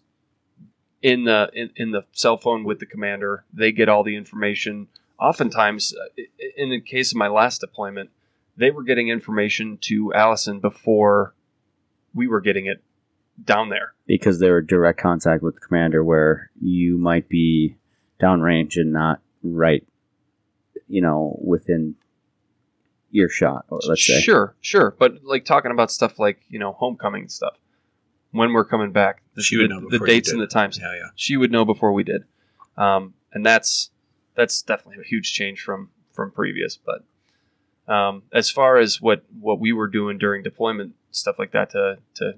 [SPEAKER 3] in the in, in the cell phone with the commander. They get all the information. Oftentimes, uh, i- i- in the case of my last deployment, they were getting information to Allison before we were getting it down there.
[SPEAKER 1] because they were direct contact with the commander where you might be downrange and not right you know within earshot or let's say
[SPEAKER 3] Sure, sure. But like talking about stuff like you know homecoming and stuff, when we're coming back, the,
[SPEAKER 2] She would
[SPEAKER 3] the-
[SPEAKER 2] know
[SPEAKER 3] the
[SPEAKER 2] before you
[SPEAKER 3] dates
[SPEAKER 2] did.
[SPEAKER 3] and the times.
[SPEAKER 2] Yeah, yeah.
[SPEAKER 3] She would know before we did, um, and that's that's definitely a huge change from from previous. But um, as far as what what we were doing during deployment, stuff like that to to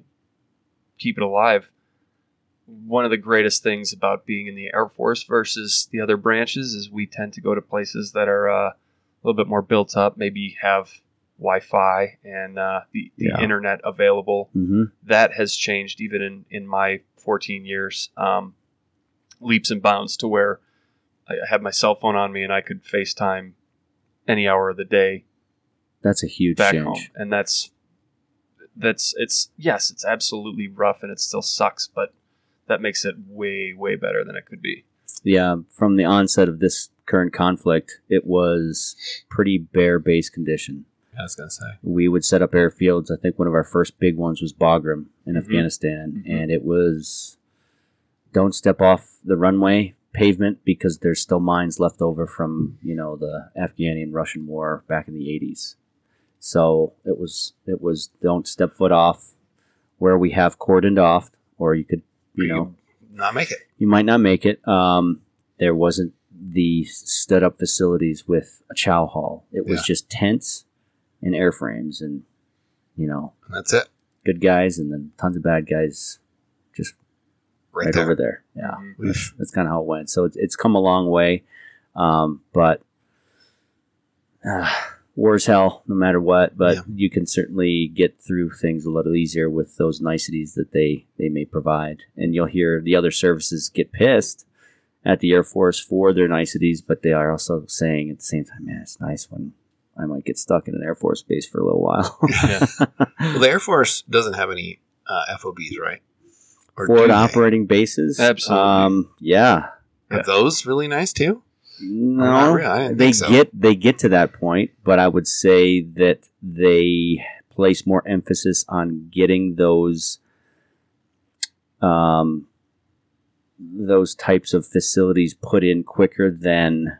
[SPEAKER 3] keep it alive. One of the greatest things about being in the Air Force versus the other branches is we tend to go to places that are uh, a little bit more built up, maybe have Wi-Fi and uh, the, the
[SPEAKER 1] Yeah.
[SPEAKER 3] internet available
[SPEAKER 1] hmm
[SPEAKER 3] that has changed even in, in my 14 years um, leaps and bounds to where I I had my cell phone on me and I could FaceTime any hour of the day
[SPEAKER 1] that's a huge
[SPEAKER 3] back
[SPEAKER 1] change
[SPEAKER 3] home. And that's, that's, it's, yes, it's absolutely rough and it still sucks, but that makes it way way better than it could be.
[SPEAKER 1] yeah, from the onset of this current conflict, it was pretty bare base condition.
[SPEAKER 2] I was gonna say.
[SPEAKER 1] We would set up airfields. I think one of our first big ones was Bagram in
[SPEAKER 3] Mhm.
[SPEAKER 1] Afghanistan,
[SPEAKER 3] Mhm.
[SPEAKER 1] and it was don't step off the runway pavement because there's still mines left over from you know the Afghani and Russian war back in the 80s. So it was it was don't step foot off where we have cordoned off, or you could you know
[SPEAKER 2] not make it.
[SPEAKER 1] you might not make it. Um, there wasn't the stood up facilities with a chow hall. It was
[SPEAKER 2] Yeah.
[SPEAKER 1] just tents and airframes and, you know,
[SPEAKER 2] And that's it.
[SPEAKER 1] good guys and then tons of bad guys
[SPEAKER 2] Right,
[SPEAKER 1] right,
[SPEAKER 2] there.
[SPEAKER 1] over there. Yeah.
[SPEAKER 3] Mhm.
[SPEAKER 2] We've-
[SPEAKER 1] That's kind of how it went. So it's, it's come a long way. Um, but uh, war's hell, no matter what. But
[SPEAKER 2] Yeah.
[SPEAKER 1] you can certainly get through things a little easier with those niceties that they, they may provide. And you'll hear the other services get pissed at the Air Force for their niceties, but they are also saying at the same time, man, it's nice when I might get stuck in an Air Force base for a little while.
[SPEAKER 3] Yeah.
[SPEAKER 2] well, the Air Force doesn't have any uh, FOBs, right? Or do
[SPEAKER 1] Forward
[SPEAKER 2] they?
[SPEAKER 1] operating bases.
[SPEAKER 3] Absolutely.
[SPEAKER 1] Um, yeah.
[SPEAKER 2] Are those really nice too?
[SPEAKER 1] No.
[SPEAKER 2] Not really. I didn't
[SPEAKER 1] they
[SPEAKER 2] think so.
[SPEAKER 1] get they get to that point, but I would say that they place more emphasis on getting those um those types of facilities put in quicker than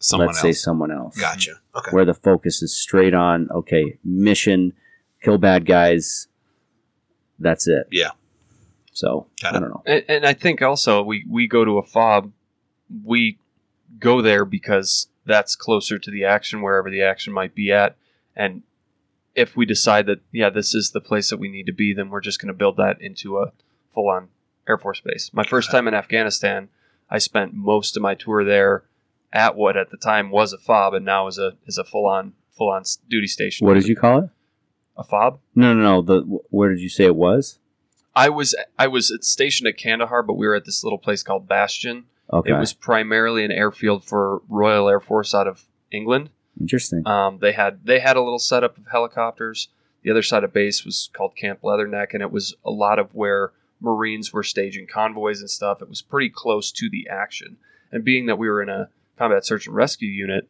[SPEAKER 2] someone
[SPEAKER 1] let's
[SPEAKER 2] else.
[SPEAKER 1] say someone else.
[SPEAKER 2] Gotcha. Okay.
[SPEAKER 1] Where the focus is straight on okay, mission, kill bad guys. That's it.
[SPEAKER 2] Yeah.
[SPEAKER 1] So
[SPEAKER 2] Got
[SPEAKER 1] I
[SPEAKER 2] it.
[SPEAKER 1] don't know.
[SPEAKER 3] And, and I think also we we go to a fob, we go there because that's closer to the action wherever the action might be at, and if we decide that yeah this is the place that we need to be, then we're just going to build that into a full on Air Force base. My first time in Afghanistan, I spent most of my tour there at what at the time was a fob and now is a is a full on full on duty station.
[SPEAKER 1] What did you call it?
[SPEAKER 3] a fob?
[SPEAKER 1] No, no, no. The where did you say it was?
[SPEAKER 3] I was I was at- stationed at Kandahar, but we were at this little place called Bastion.
[SPEAKER 1] Okay.
[SPEAKER 3] It was primarily an airfield for Royal Air Force out of England.
[SPEAKER 1] Interesting.
[SPEAKER 3] Um, they had they had a little setup of helicopters. The other side of base was called Camp Leatherneck, and it was a lot of where Marines were staging convoys and stuff. It was pretty close to the action, and being that we were in a combat search and rescue unit,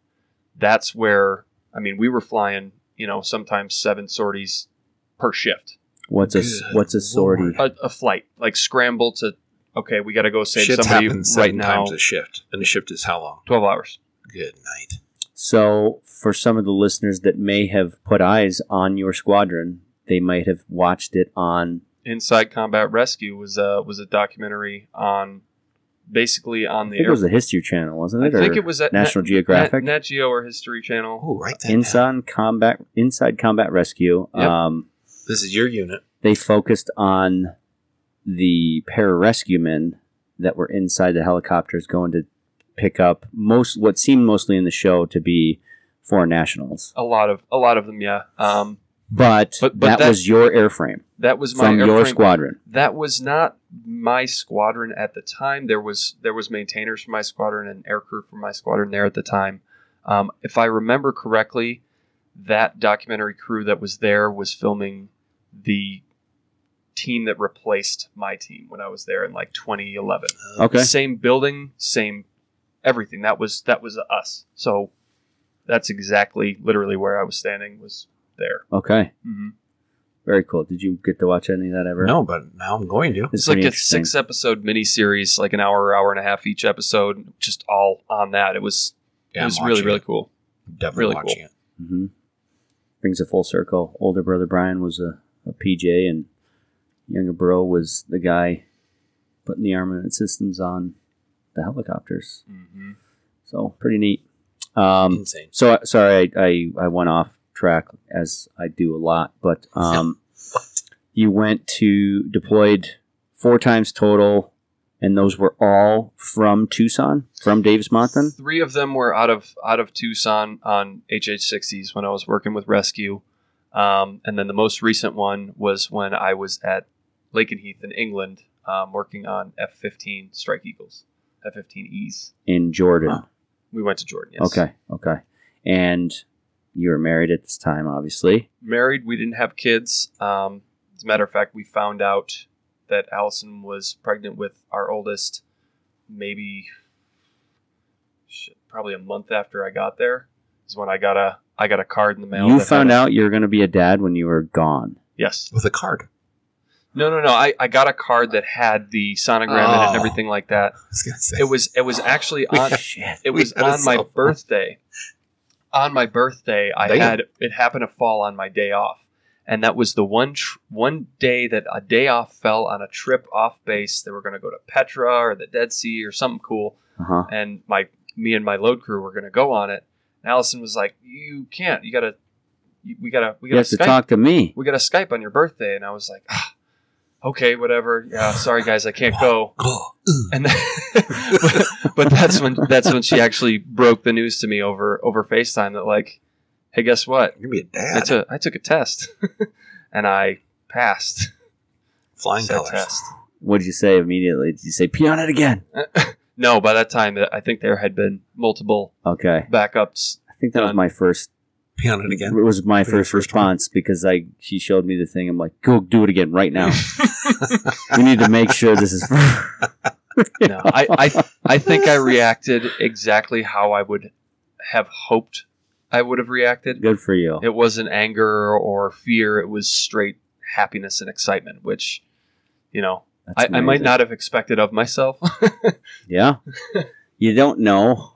[SPEAKER 3] that's where I mean we were flying, you know, sometimes seven sorties per shift,
[SPEAKER 1] What's a
[SPEAKER 2] Good
[SPEAKER 1] what's a sortie?
[SPEAKER 2] lord.
[SPEAKER 3] a, a flight like scramble to okay, we got to go save
[SPEAKER 2] Shit's
[SPEAKER 3] somebody
[SPEAKER 2] happened
[SPEAKER 3] right
[SPEAKER 2] seven
[SPEAKER 3] now.
[SPEAKER 2] times a shift, and the shift is how long?
[SPEAKER 3] Twelve hours.
[SPEAKER 2] Good night.
[SPEAKER 1] So, for some of the listeners that may have put eyes on your squadron, they might have watched it on.
[SPEAKER 3] Inside Combat Rescue was a was a documentary on basically on
[SPEAKER 1] I
[SPEAKER 3] the
[SPEAKER 1] think it
[SPEAKER 3] air.
[SPEAKER 1] was the History Channel, wasn't
[SPEAKER 3] I
[SPEAKER 1] it?
[SPEAKER 3] think
[SPEAKER 1] Or
[SPEAKER 3] it was at
[SPEAKER 1] National
[SPEAKER 3] Nat, Nat,
[SPEAKER 1] Geographic.
[SPEAKER 3] Nat Geo or History Channel.
[SPEAKER 2] Oh, right. That down.
[SPEAKER 1] Inside combat, inside combat rescue.
[SPEAKER 3] Yep.
[SPEAKER 1] Um,
[SPEAKER 2] This is your unit.
[SPEAKER 1] they focused on the pararescuemen that were inside the helicopters going to pick up most what seemed mostly in the show to be foreign nationals.
[SPEAKER 3] A lot of a lot of them, yeah. Um,
[SPEAKER 1] But,
[SPEAKER 3] But- but
[SPEAKER 1] that,
[SPEAKER 3] that-
[SPEAKER 1] was your airframe
[SPEAKER 3] that was my
[SPEAKER 1] from your
[SPEAKER 3] airframe-
[SPEAKER 1] squadron.
[SPEAKER 3] That was not my squadron at the time. There was there was maintainers from my squadron and aircrew from my squadron there at the time. Um, if I remember correctly, that documentary crew that was there was filming the team that replaced my team when I was there in like 2011.
[SPEAKER 1] Okay.
[SPEAKER 3] same building, same everything. That was that was us. So that's exactly literally where I was standing was there.
[SPEAKER 1] Okay.
[SPEAKER 3] Mm-hmm.
[SPEAKER 1] Very cool. Did you get to watch any of that ever?
[SPEAKER 2] No, but now I'm going to.
[SPEAKER 1] It's,
[SPEAKER 3] It's
[SPEAKER 1] pretty
[SPEAKER 3] like a
[SPEAKER 1] interesting.
[SPEAKER 3] six episode miniseries, like an hour, hour and a half each episode, just all on that. It was
[SPEAKER 2] Yeah,
[SPEAKER 3] it
[SPEAKER 2] I'm
[SPEAKER 3] was really
[SPEAKER 2] watching
[SPEAKER 3] really
[SPEAKER 2] it.
[SPEAKER 3] cool.
[SPEAKER 2] Definitely
[SPEAKER 3] really
[SPEAKER 2] watching it.
[SPEAKER 1] hmm Brings a full circle. Older brother Brian was a, a PJ, and younger bro was the guy putting the armament systems on the helicopters.
[SPEAKER 3] Mm-hmm.
[SPEAKER 1] So pretty neat. Um,
[SPEAKER 2] Insane.
[SPEAKER 1] so sorry, I, I I went off track as I do a lot, but um, you went to deployed four times total, and those were all from Tucson, from Davis Monthan.
[SPEAKER 3] Three of them were out of out of Tucson on HH60s when I was working with rescue, um, and then the most recent one was when I was at Lakenheath in England, um, working on F15 Strike Eagles, F15Es.
[SPEAKER 1] in Jordan.
[SPEAKER 2] Huh.
[SPEAKER 3] We went to Jordan. Yes.
[SPEAKER 1] Okay, okay. And you were married at this time, obviously.
[SPEAKER 3] married. We didn't have kids. Um, as a matter of fact, we found out that Allison was pregnant with our oldest, maybe shit, probably a month after I got there is when I got a I got a card in the mail.
[SPEAKER 1] you
[SPEAKER 3] that had
[SPEAKER 1] found
[SPEAKER 3] a-
[SPEAKER 1] out you were going to be a dad when you were gone.
[SPEAKER 3] Yes.
[SPEAKER 2] with a card.
[SPEAKER 3] No, no, no. I, I got a card that had the sonogram in it
[SPEAKER 2] Oh.
[SPEAKER 3] and everything like that.
[SPEAKER 2] I was gonna say
[SPEAKER 3] It was it was actually
[SPEAKER 2] Ah,
[SPEAKER 3] on
[SPEAKER 1] Shit.
[SPEAKER 3] it
[SPEAKER 2] We
[SPEAKER 3] was
[SPEAKER 2] had a
[SPEAKER 3] on my
[SPEAKER 2] cell phone.
[SPEAKER 3] birthday. On my birthday, I
[SPEAKER 2] Damn.
[SPEAKER 3] had it happened to fall on my day off, and that was the one tr- one day that a day off fell on a trip off base. They were going to go to Petra or the Dead Sea or something cool,
[SPEAKER 1] Uh-huh.
[SPEAKER 3] and my me and my load crew were going to go on it. And Allison was like, "You can't. You gotta. You, we gotta. We
[SPEAKER 1] You
[SPEAKER 3] gotta
[SPEAKER 1] have to talk to me.
[SPEAKER 3] we got a Skype on your birthday. And I was like, "Ah, okay, whatever. Yeah, sorry guys, I can't go.
[SPEAKER 2] Oh,
[SPEAKER 3] And then, but, but that's when that's when she actually broke the news to me over over FaceTime that like, hey, guess what?
[SPEAKER 2] you're gonna be a
[SPEAKER 3] I
[SPEAKER 2] dad.
[SPEAKER 3] took I took a test, and I passed
[SPEAKER 2] Flying
[SPEAKER 3] said
[SPEAKER 2] colors.
[SPEAKER 3] test.
[SPEAKER 1] What did you say immediately? Did you say pee on it again?
[SPEAKER 3] No, by that time uh, I think there had been multiple
[SPEAKER 1] Okay,
[SPEAKER 3] backups.
[SPEAKER 1] I think that was
[SPEAKER 3] Done.
[SPEAKER 1] my first.
[SPEAKER 2] Pee on it
[SPEAKER 1] It
[SPEAKER 2] again.
[SPEAKER 1] was my
[SPEAKER 2] For your
[SPEAKER 1] first
[SPEAKER 2] first
[SPEAKER 1] response because I she showed me the thing. I'm like, go do it again right now. we need to make sure this is.
[SPEAKER 3] No, I, I I think I reacted exactly how I would have hoped I would have reacted.
[SPEAKER 1] good for you.
[SPEAKER 3] It wasn't anger or fear. It was straight happiness and excitement, which, you know, I,
[SPEAKER 1] That's
[SPEAKER 3] I might
[SPEAKER 1] amazing.
[SPEAKER 3] not have expected of myself.
[SPEAKER 1] Yeah, you don't know.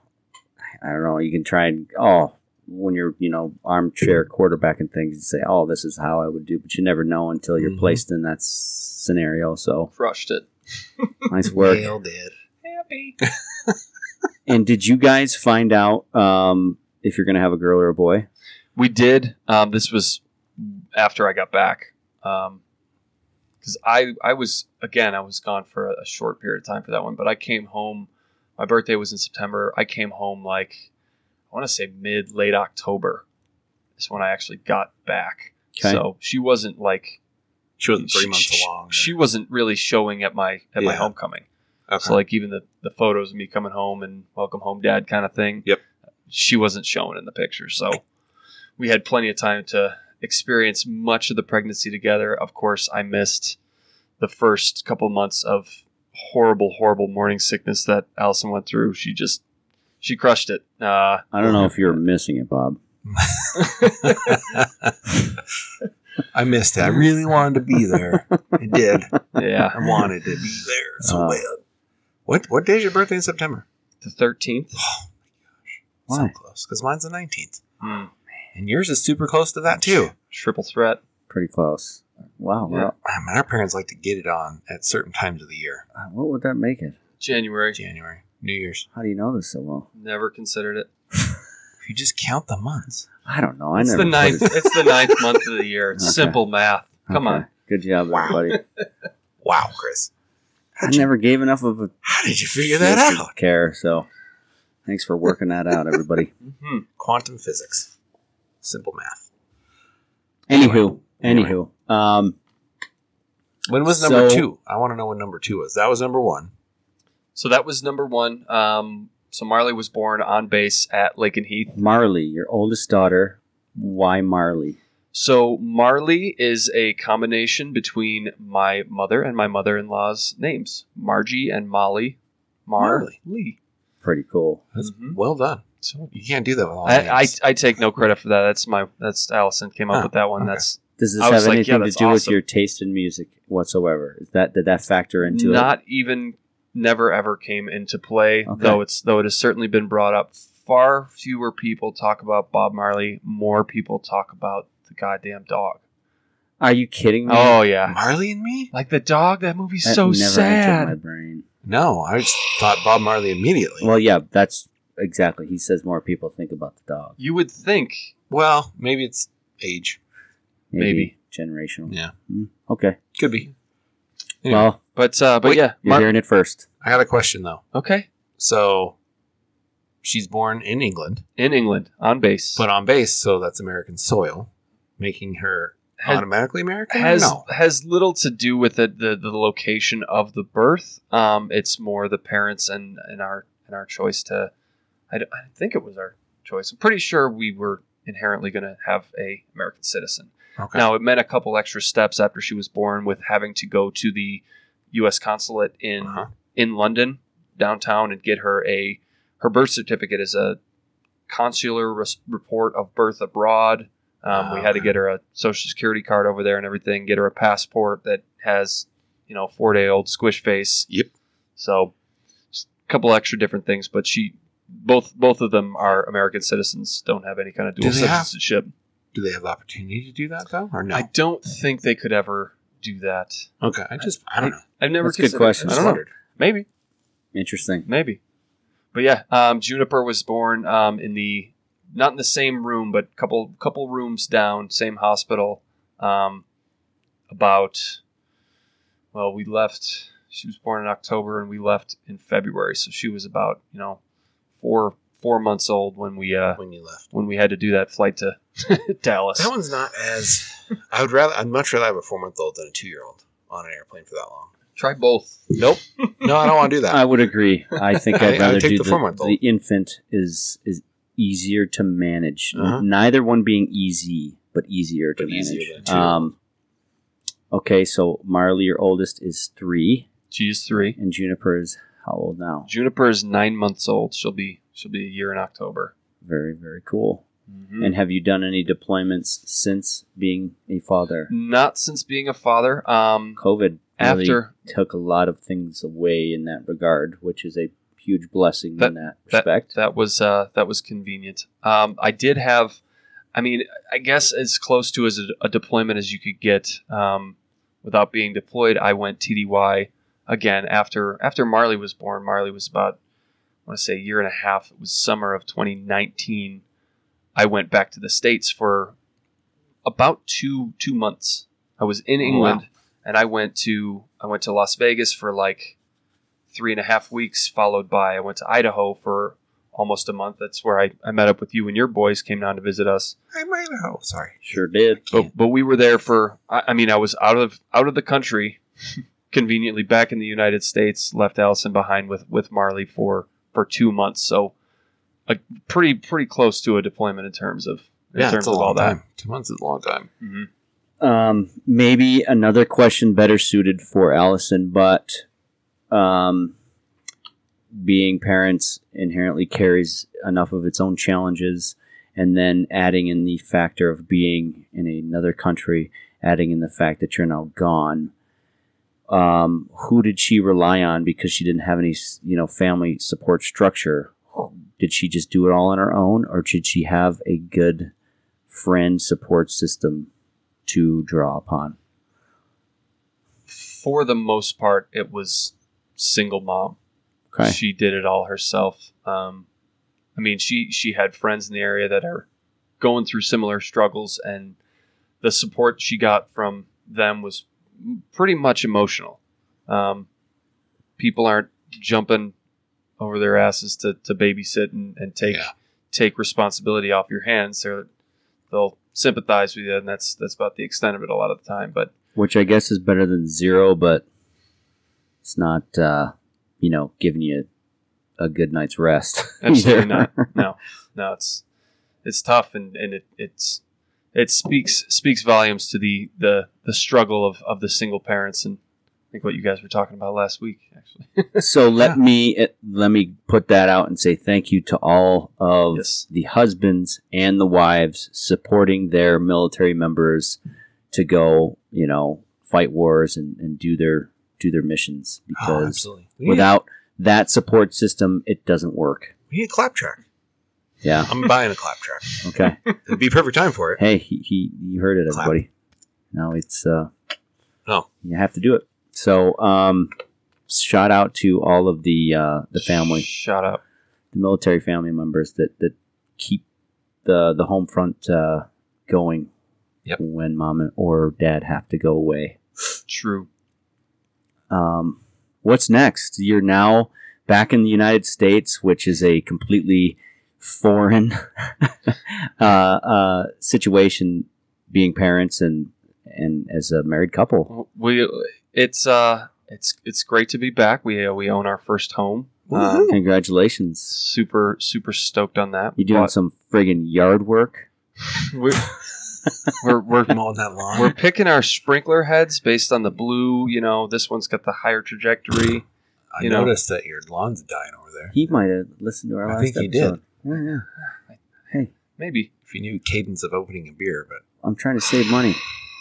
[SPEAKER 1] I don't know. You can try and oh, when you're you know armchair quarterback and things, you say, oh, this is how I would do, but you never know until you're
[SPEAKER 3] Mm-hmm.
[SPEAKER 2] Mhm.
[SPEAKER 1] placed in that s- scenario. So
[SPEAKER 3] Crushed it.
[SPEAKER 1] nice work.
[SPEAKER 2] it.
[SPEAKER 3] Happy.
[SPEAKER 1] And did you guys find out um, if you're going to have a girl or a boy?
[SPEAKER 3] We did. Um, this was after I got back. Because I, I was, again, I was gone for a, a short period of time for that one, but I came home. My birthday was in September. I came home like, I want to say mid, late October is when I actually got back.
[SPEAKER 1] Okay.
[SPEAKER 3] So she wasn't like
[SPEAKER 2] She wasn't three
[SPEAKER 3] she-
[SPEAKER 2] months
[SPEAKER 3] she-
[SPEAKER 2] along. or-
[SPEAKER 3] She wasn't really showing at my at my
[SPEAKER 2] Yeah.
[SPEAKER 3] homecoming.
[SPEAKER 2] okay.
[SPEAKER 3] So like even the, the photos of me coming home and welcome home dad kind of thing.
[SPEAKER 2] Yep.
[SPEAKER 3] She wasn't shown in the picture. So we had plenty of time to experience much of the pregnancy together. Of course, I missed the first couple months of horrible, horrible morning sickness that Allison went through. She just she crushed it. Uh,
[SPEAKER 1] I don't know if you're missing it, Bob.
[SPEAKER 2] I missed it. I really wanted to be there. I did.
[SPEAKER 3] yeah,
[SPEAKER 2] I wanted to be there so
[SPEAKER 1] Uh,
[SPEAKER 2] bad. What what day is your birthday in September?
[SPEAKER 3] the thirteenth.
[SPEAKER 1] Why?
[SPEAKER 2] So close. Because mine's the nineteenth.
[SPEAKER 3] Hmm.
[SPEAKER 2] And yours is super close to
[SPEAKER 1] Oh,
[SPEAKER 2] that too.
[SPEAKER 3] triple threat.
[SPEAKER 1] Pretty close. Wow.
[SPEAKER 3] Yeah.
[SPEAKER 1] well,
[SPEAKER 2] I mean, Ah, our parents like to get it on at certain times of the year.
[SPEAKER 1] uh, what would that make it?
[SPEAKER 3] January.
[SPEAKER 2] January, New Year's.
[SPEAKER 1] How do you know this so well?
[SPEAKER 3] Never considered it.
[SPEAKER 2] You just count the months.
[SPEAKER 1] I don't know. I
[SPEAKER 3] it's
[SPEAKER 1] never. put
[SPEAKER 3] the ninth.
[SPEAKER 1] it-
[SPEAKER 3] it's the ninth month of the year. It's
[SPEAKER 1] Okay.
[SPEAKER 3] simple math. Come
[SPEAKER 1] Okay.
[SPEAKER 3] on.
[SPEAKER 1] Good job,
[SPEAKER 2] Wow.
[SPEAKER 1] everybody.
[SPEAKER 2] Wow, Chris.
[SPEAKER 1] I never gave enough of a
[SPEAKER 2] How did you figure that out?
[SPEAKER 1] care. So thanks for working that out, everybody.
[SPEAKER 3] hmm
[SPEAKER 2] Quantum physics. Simple math.
[SPEAKER 1] Anywho,
[SPEAKER 2] Anyway.
[SPEAKER 1] anywho. Um,
[SPEAKER 2] When was number
[SPEAKER 1] So-
[SPEAKER 2] two? I want to know when number two was. That was number one.
[SPEAKER 3] So that was number one. Um, so Marley was born on base at Lake and Heath.
[SPEAKER 1] Marley, your oldest daughter. Why Marley?
[SPEAKER 3] So Marley is a combination between my mother and my mother-in-law's names, Margie and Molly. Marley.
[SPEAKER 1] Pretty cool.
[SPEAKER 2] That's
[SPEAKER 3] Mhm.
[SPEAKER 2] well done.
[SPEAKER 3] So
[SPEAKER 2] You can't do that with all
[SPEAKER 3] I, I,
[SPEAKER 2] names.
[SPEAKER 3] I take no credit for that. That's my that's Allison came up
[SPEAKER 2] Oh,
[SPEAKER 3] with that one.
[SPEAKER 2] okay.
[SPEAKER 3] That's
[SPEAKER 1] Does this
[SPEAKER 3] I
[SPEAKER 1] have
[SPEAKER 3] was like,
[SPEAKER 1] anything
[SPEAKER 3] yeah,
[SPEAKER 1] to
[SPEAKER 3] that's
[SPEAKER 1] do with
[SPEAKER 3] awesome.
[SPEAKER 1] your taste in music whatsoever? Is that did that factor into
[SPEAKER 3] not even never ever came into play
[SPEAKER 1] Okay.
[SPEAKER 3] though it's though it has certainly been brought up far fewer people talk about bob marley more people talk about the goddamn dog
[SPEAKER 1] it? Are you kidding me?
[SPEAKER 3] oh yeah
[SPEAKER 2] Marley and me?
[SPEAKER 3] like the dog that movie's
[SPEAKER 1] That
[SPEAKER 3] so
[SPEAKER 1] never entered my
[SPEAKER 3] sad
[SPEAKER 1] brain.
[SPEAKER 2] No, I just thought Bob Marley immediately. Well,
[SPEAKER 1] Well, yeah, that's exactly. He says more people think about the dog.
[SPEAKER 3] you would think
[SPEAKER 2] maybe it's age.
[SPEAKER 1] Maybe, generational.
[SPEAKER 2] Yeah.
[SPEAKER 1] Hmm, Okay.
[SPEAKER 2] Could be. Anyway,
[SPEAKER 1] Well,
[SPEAKER 3] but uh but
[SPEAKER 2] Wait,
[SPEAKER 3] yeah
[SPEAKER 1] you're
[SPEAKER 3] Mar-
[SPEAKER 1] hearing it first.
[SPEAKER 2] I got a question though.
[SPEAKER 3] okay
[SPEAKER 2] So she's born in England,
[SPEAKER 3] in england on base
[SPEAKER 2] but on base, so that's American soil, making her
[SPEAKER 3] Has-
[SPEAKER 2] automatically American?
[SPEAKER 3] has
[SPEAKER 2] no.
[SPEAKER 3] has little to do with the, the the location of the birth. Um, it's more the parents and and our and our choice to. I, d- I think it was our choice. I'm pretty sure we were inherently going to have a American citizen.
[SPEAKER 2] Okay.
[SPEAKER 3] Now it meant a couple extra steps after she was born with having to go to the U.S. consulate in
[SPEAKER 2] Uh-huh.
[SPEAKER 3] in London downtown and get her a her birth certificate is a consular res- report of birth abroad. Um, we had to
[SPEAKER 2] Ah, Okay.
[SPEAKER 3] get her a social security card over there and everything. Get her a passport that has you know four day old squish face.
[SPEAKER 2] Yep.
[SPEAKER 3] So just a couple extra different things, but she both both of them are American citizens. Don't have any kind of
[SPEAKER 2] Do
[SPEAKER 3] dual
[SPEAKER 2] they have-
[SPEAKER 3] citizenship.
[SPEAKER 2] Do they have the opportunity to do that though, or no?
[SPEAKER 3] I don't think they could ever do that.
[SPEAKER 2] okay, I just I don't know.
[SPEAKER 3] I've never
[SPEAKER 1] That's a good
[SPEAKER 3] considered it.
[SPEAKER 1] question.
[SPEAKER 3] I don't know. Maybe.
[SPEAKER 1] Interesting.
[SPEAKER 3] Maybe. But yeah, um, Juniper was born um, in the not in the same room, but couple couple rooms down, same hospital. Um, about well, we left. She was born in October, and we left in February, so she was about you know four four months old when we uh,
[SPEAKER 2] When you left,
[SPEAKER 3] when we had to do that flight to Dallas.
[SPEAKER 2] that one's not as. I would rather. I'd much rather have a four month old than a two year old on an airplane for that long.
[SPEAKER 3] Try both.
[SPEAKER 2] Nope. No, I don't want to do that.
[SPEAKER 1] I would agree. I think
[SPEAKER 2] I- I
[SPEAKER 1] I'd
[SPEAKER 2] would
[SPEAKER 1] rather
[SPEAKER 2] take
[SPEAKER 1] do
[SPEAKER 2] the
[SPEAKER 1] the,
[SPEAKER 2] four-month-old.
[SPEAKER 1] the infant is is easier to manage.
[SPEAKER 2] Uh-huh.
[SPEAKER 1] Neither one being easy, but easier to
[SPEAKER 2] But
[SPEAKER 1] manage.
[SPEAKER 2] easier than two.
[SPEAKER 1] um, okay, so Marley, your oldest, is three,
[SPEAKER 3] She is three.
[SPEAKER 1] and Juniper is how old now?
[SPEAKER 3] Juniper is nine months old. She'll be she'll be a year in October.
[SPEAKER 1] Very very cool.
[SPEAKER 2] Hmm.
[SPEAKER 3] Mm-hmm.
[SPEAKER 1] And have you done any deployments since being a father?
[SPEAKER 2] Hmm.
[SPEAKER 3] Not since being a father. Um,
[SPEAKER 1] COVID really
[SPEAKER 3] after
[SPEAKER 1] took a lot of things away in that regard, which is a huge blessing in that respect.
[SPEAKER 3] that was uh, that was convenient. Um, I did have, I mean, I guess as close to as a, a deployment as you could get um, without being deployed. I went TDY again after after Marley was born. Marley was about I want to say a year and a half. It was summer of 2019. I went back to the states for about two two months. I was in
[SPEAKER 2] wow.
[SPEAKER 3] England and I went to I went to Las Vegas for like three and a half weeks, followed by I went to Idaho for almost a month. That's where I, I met up with you and your boys came down to visit us.
[SPEAKER 2] I might have. Sorry.
[SPEAKER 1] sure did.
[SPEAKER 3] Oh, But but we were there for I, I mean I was out of out of the country, conveniently back in the United States, left Allison behind with with Marley for for two months. So a pretty pretty close to a deployment in terms of in
[SPEAKER 2] Yeah,
[SPEAKER 3] terms
[SPEAKER 2] it's a
[SPEAKER 3] of all
[SPEAKER 2] long
[SPEAKER 3] that.
[SPEAKER 2] time. Two months is a long time.
[SPEAKER 3] Mhm.
[SPEAKER 1] Um, maybe another question better suited for Allison, but um, being parents inherently carries enough of its own challenges. And then adding in the factor of being in another country, adding in the fact that you're now gone. Um, who did she rely on because she didn't have any, you know, family support structure? Did she just do it all on her own, or did she have a good friend support system to draw upon.
[SPEAKER 3] for the most part, it was single mom.
[SPEAKER 1] Okay.
[SPEAKER 3] She did it all herself. Um, I mean, she she had friends in the area that are going through similar struggles, and the support she got from them was m- pretty much emotional. Um, people aren't jumping over their asses to, to babysit and, and take
[SPEAKER 2] Yeah.
[SPEAKER 3] take responsibility off your hands. They're, they'll sympathize with you, and that's that's about the extent of it a lot of the time. But
[SPEAKER 1] Which I guess is better than zero, but it's not, uh, you know, giving you a good night's rest.
[SPEAKER 3] Absolutely
[SPEAKER 1] either.
[SPEAKER 3] not. No, no, it's it's tough, and and it it's it speaks speaks volumes to the the the struggle of of the single parents, and I think what you guys were talking about last week, actually.
[SPEAKER 1] so let
[SPEAKER 2] Yeah.
[SPEAKER 1] me eh, let me put that out and say thank you to all of
[SPEAKER 3] Yes.
[SPEAKER 1] the husbands and the wives supporting their military members to go, you know, fight wars and, and do their do their missions because
[SPEAKER 2] Oh, absolutely. We need,
[SPEAKER 1] without that support system, it doesn't work.
[SPEAKER 2] we need a clap track.
[SPEAKER 1] Yeah.
[SPEAKER 2] I'm buying a clap track.
[SPEAKER 1] Okay.
[SPEAKER 2] It'd be perfect time for it.
[SPEAKER 1] hey, he, he you heard it,
[SPEAKER 2] Clap. Oh.
[SPEAKER 1] everybody. Now it's uh,
[SPEAKER 2] No.
[SPEAKER 1] you have to do it. So, um, shout out to all of the uh, the family,
[SPEAKER 3] Shut up.
[SPEAKER 1] the military family members that that keep the the home front uh, going.
[SPEAKER 2] Yep.
[SPEAKER 1] When mom and, or dad have to go away.
[SPEAKER 3] True.
[SPEAKER 1] Um, what's next? You're now back in the United States, which is a completely foreign uh, uh, situation, being parents and and as a married couple.
[SPEAKER 3] We it's uh it's it's great to be back. We uh, we own our first home. Um,
[SPEAKER 2] Woohoo.
[SPEAKER 1] Congratulations!
[SPEAKER 3] super super stoked on that.
[SPEAKER 1] You're doing
[SPEAKER 3] But
[SPEAKER 1] some friggin' yard work.
[SPEAKER 3] we're We're we're
[SPEAKER 2] mowing that lawn.
[SPEAKER 3] we're picking our sprinkler heads based on the blue. You know, this one's got the higher trajectory.
[SPEAKER 2] I
[SPEAKER 3] you know.
[SPEAKER 2] noticed that your lawn's dying over there.
[SPEAKER 1] He might have listened to our
[SPEAKER 2] I
[SPEAKER 1] last
[SPEAKER 2] think he did.
[SPEAKER 1] episode. Yeah, yeah.
[SPEAKER 3] Maybe
[SPEAKER 2] If you knew cadence of opening a beer, but
[SPEAKER 1] I'm trying to save money.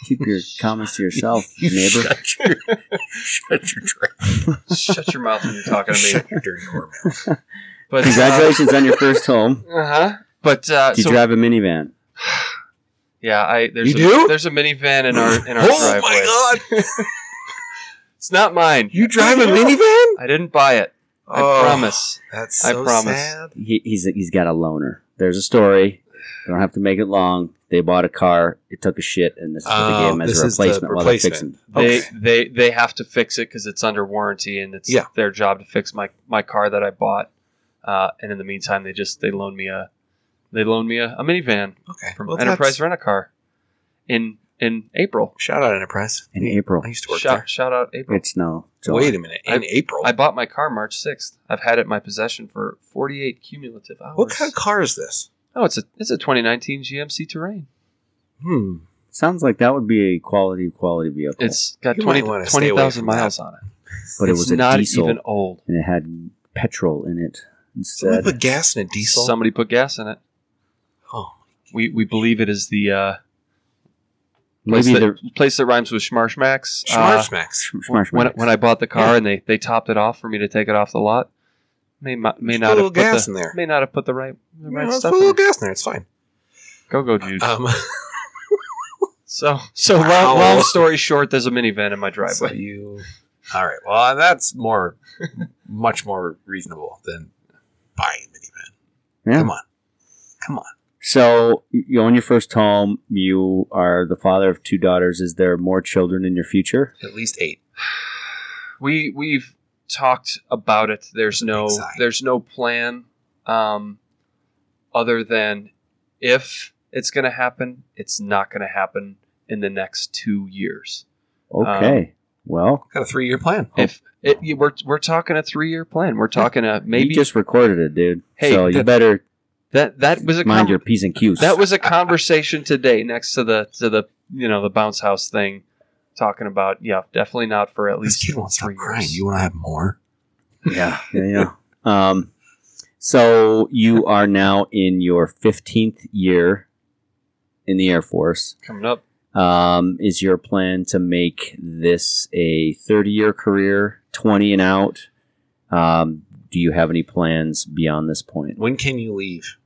[SPEAKER 1] Keep your comments to yourself, neighbor.
[SPEAKER 2] shut your shut your, dra-
[SPEAKER 3] shut your mouth when you're talking to me.
[SPEAKER 2] shut your dirty whore mouth.
[SPEAKER 3] But
[SPEAKER 1] Congratulations on your first home.
[SPEAKER 3] Uh huh. But uh,
[SPEAKER 1] Do you
[SPEAKER 3] so
[SPEAKER 1] drive a minivan?
[SPEAKER 3] yeah, I there's
[SPEAKER 2] You
[SPEAKER 3] a,
[SPEAKER 2] do?
[SPEAKER 3] there's a minivan in our in our
[SPEAKER 2] Oh
[SPEAKER 3] driveway.
[SPEAKER 2] my god!
[SPEAKER 3] It's not mine.
[SPEAKER 2] You drive a minivan?
[SPEAKER 3] I didn't buy it. I
[SPEAKER 2] Oh,
[SPEAKER 3] promise.
[SPEAKER 2] That's
[SPEAKER 3] I
[SPEAKER 2] so
[SPEAKER 3] promise.
[SPEAKER 2] sad.
[SPEAKER 1] He, he's he's got a loaner. There's a story. I don't have to make it long. They bought a car. It took a shit, and this is what they
[SPEAKER 2] Oh,
[SPEAKER 1] gave him as
[SPEAKER 2] this
[SPEAKER 1] a
[SPEAKER 2] is the
[SPEAKER 1] replacement, while they're
[SPEAKER 2] replacement.
[SPEAKER 1] fixing.
[SPEAKER 3] They
[SPEAKER 2] Okay.
[SPEAKER 3] they they have to fix it because it's under warranty and it's
[SPEAKER 2] Yeah.
[SPEAKER 3] their job to fix my my car that I bought. Uh, and in the meantime, they just they loaned me a they loaned me a, a minivan
[SPEAKER 2] Okay.
[SPEAKER 3] from
[SPEAKER 2] Well,
[SPEAKER 3] Enterprise
[SPEAKER 2] that's-
[SPEAKER 3] Rent a Car in in April.
[SPEAKER 2] Shout out Enterprise.
[SPEAKER 1] In April,
[SPEAKER 2] I used to work
[SPEAKER 3] Shout, shout out April.
[SPEAKER 1] It's no.
[SPEAKER 2] there.
[SPEAKER 1] July.
[SPEAKER 2] Wait a minute. In
[SPEAKER 3] I-
[SPEAKER 2] April.
[SPEAKER 3] I bought my car March sixth. I've had it in my possession for forty eight cumulative hours.
[SPEAKER 2] what kind of car is this?
[SPEAKER 3] Oh, it's a it's a 2019 GMC Terrain.
[SPEAKER 2] Hmm.
[SPEAKER 1] Sounds like that would be a quality quality vehicle.
[SPEAKER 3] It's got
[SPEAKER 2] You
[SPEAKER 3] twenty
[SPEAKER 2] might wanna
[SPEAKER 3] twenty thousand
[SPEAKER 2] stay away from
[SPEAKER 3] miles
[SPEAKER 2] that.
[SPEAKER 3] on it.
[SPEAKER 1] but it
[SPEAKER 3] It's
[SPEAKER 1] was a
[SPEAKER 3] not
[SPEAKER 1] diesel,
[SPEAKER 3] even old.
[SPEAKER 1] and it had petrol in it
[SPEAKER 2] Somebody
[SPEAKER 1] instead.
[SPEAKER 2] put gas in a diesel.
[SPEAKER 3] Somebody put gas in it.
[SPEAKER 2] oh,
[SPEAKER 3] We we believe it is the uh, place,
[SPEAKER 1] Maybe the
[SPEAKER 3] that, place that rhymes with Schmarshmax. Uh,
[SPEAKER 2] Schmarzmax.
[SPEAKER 1] Schmarsh
[SPEAKER 3] when,
[SPEAKER 1] Max.
[SPEAKER 3] when I bought the car and they, they topped it off for me to take it off the lot, may mo- may
[SPEAKER 2] Just put a
[SPEAKER 3] not have
[SPEAKER 2] little
[SPEAKER 3] put
[SPEAKER 2] gas
[SPEAKER 3] the,
[SPEAKER 2] in there.
[SPEAKER 3] may not have put the right the right
[SPEAKER 2] Yeah, let's
[SPEAKER 3] stuff.
[SPEAKER 2] put a
[SPEAKER 3] In.
[SPEAKER 2] little gas in there. It's fine.
[SPEAKER 3] Go go Jude.
[SPEAKER 2] Um,
[SPEAKER 3] so so long,
[SPEAKER 2] Wow.
[SPEAKER 3] long story short, there's a minivan in my
[SPEAKER 2] so
[SPEAKER 3] driveway.
[SPEAKER 2] you. All right. Well, uh, that's more, much more reasonable than buying a minivan.
[SPEAKER 1] Yeah.
[SPEAKER 2] Come on. Come on.
[SPEAKER 1] So you own your first home. You are the father of two daughters. Is there more children in your future?
[SPEAKER 2] At least eight.
[SPEAKER 3] we we've talked about it. There's
[SPEAKER 2] a big
[SPEAKER 3] no
[SPEAKER 2] sigh.
[SPEAKER 3] there's no plan um, other than if it's going to happen, it's not going to happen in the next two years. Um,
[SPEAKER 1] Okay. well,
[SPEAKER 2] Got a three year plan.
[SPEAKER 3] If it, you- we're we're talking a three year plan, we're talking a
[SPEAKER 1] maybe
[SPEAKER 3] maybe
[SPEAKER 1] you just recorded it, dude.
[SPEAKER 3] Hey,
[SPEAKER 1] so you
[SPEAKER 2] that-
[SPEAKER 1] better
[SPEAKER 3] that that was a
[SPEAKER 1] mind
[SPEAKER 3] con-
[SPEAKER 1] your p's and q's.
[SPEAKER 3] that was a conversation today next to the to the you know the bounce house thing talking about yeah definitely not for at
[SPEAKER 2] This
[SPEAKER 3] least
[SPEAKER 2] kid won't stop
[SPEAKER 3] three
[SPEAKER 2] crying.
[SPEAKER 3] years.
[SPEAKER 2] You want to have more?
[SPEAKER 1] yeah, yeah, yeah. Um, so you are now in your fifteenth year in the Air Force.
[SPEAKER 3] coming up
[SPEAKER 1] Um, is your plan to make this a thirty-year career, twenty and out? Um, do you have any plans beyond this point?
[SPEAKER 2] When can you leave?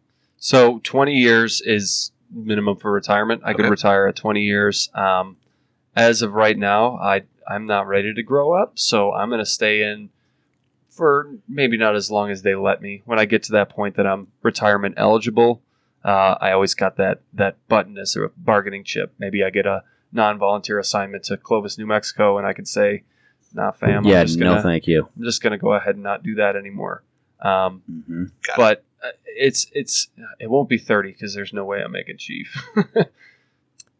[SPEAKER 3] So 20 years is minimum for retirement. I could
[SPEAKER 2] Okay.
[SPEAKER 3] retire at 20 years. Um, as of right now, I I'm not ready to grow up, so I'm going to stay in for maybe not as long as they let me. When I get to that point that I'm retirement eligible, uh, I always got that that button as a bargaining chip. Maybe I get a non-volunteer assignment to Clovis, New Mexico, and I could say, "Nah, fam,
[SPEAKER 1] yeah,
[SPEAKER 3] I'm just
[SPEAKER 1] no,
[SPEAKER 3] gonna
[SPEAKER 1] thank you.
[SPEAKER 3] I'm just gonna go ahead and not do that anymore." Um,
[SPEAKER 1] hmm
[SPEAKER 3] but uh, it's it's it won't be 30 because there's no way i'm making chief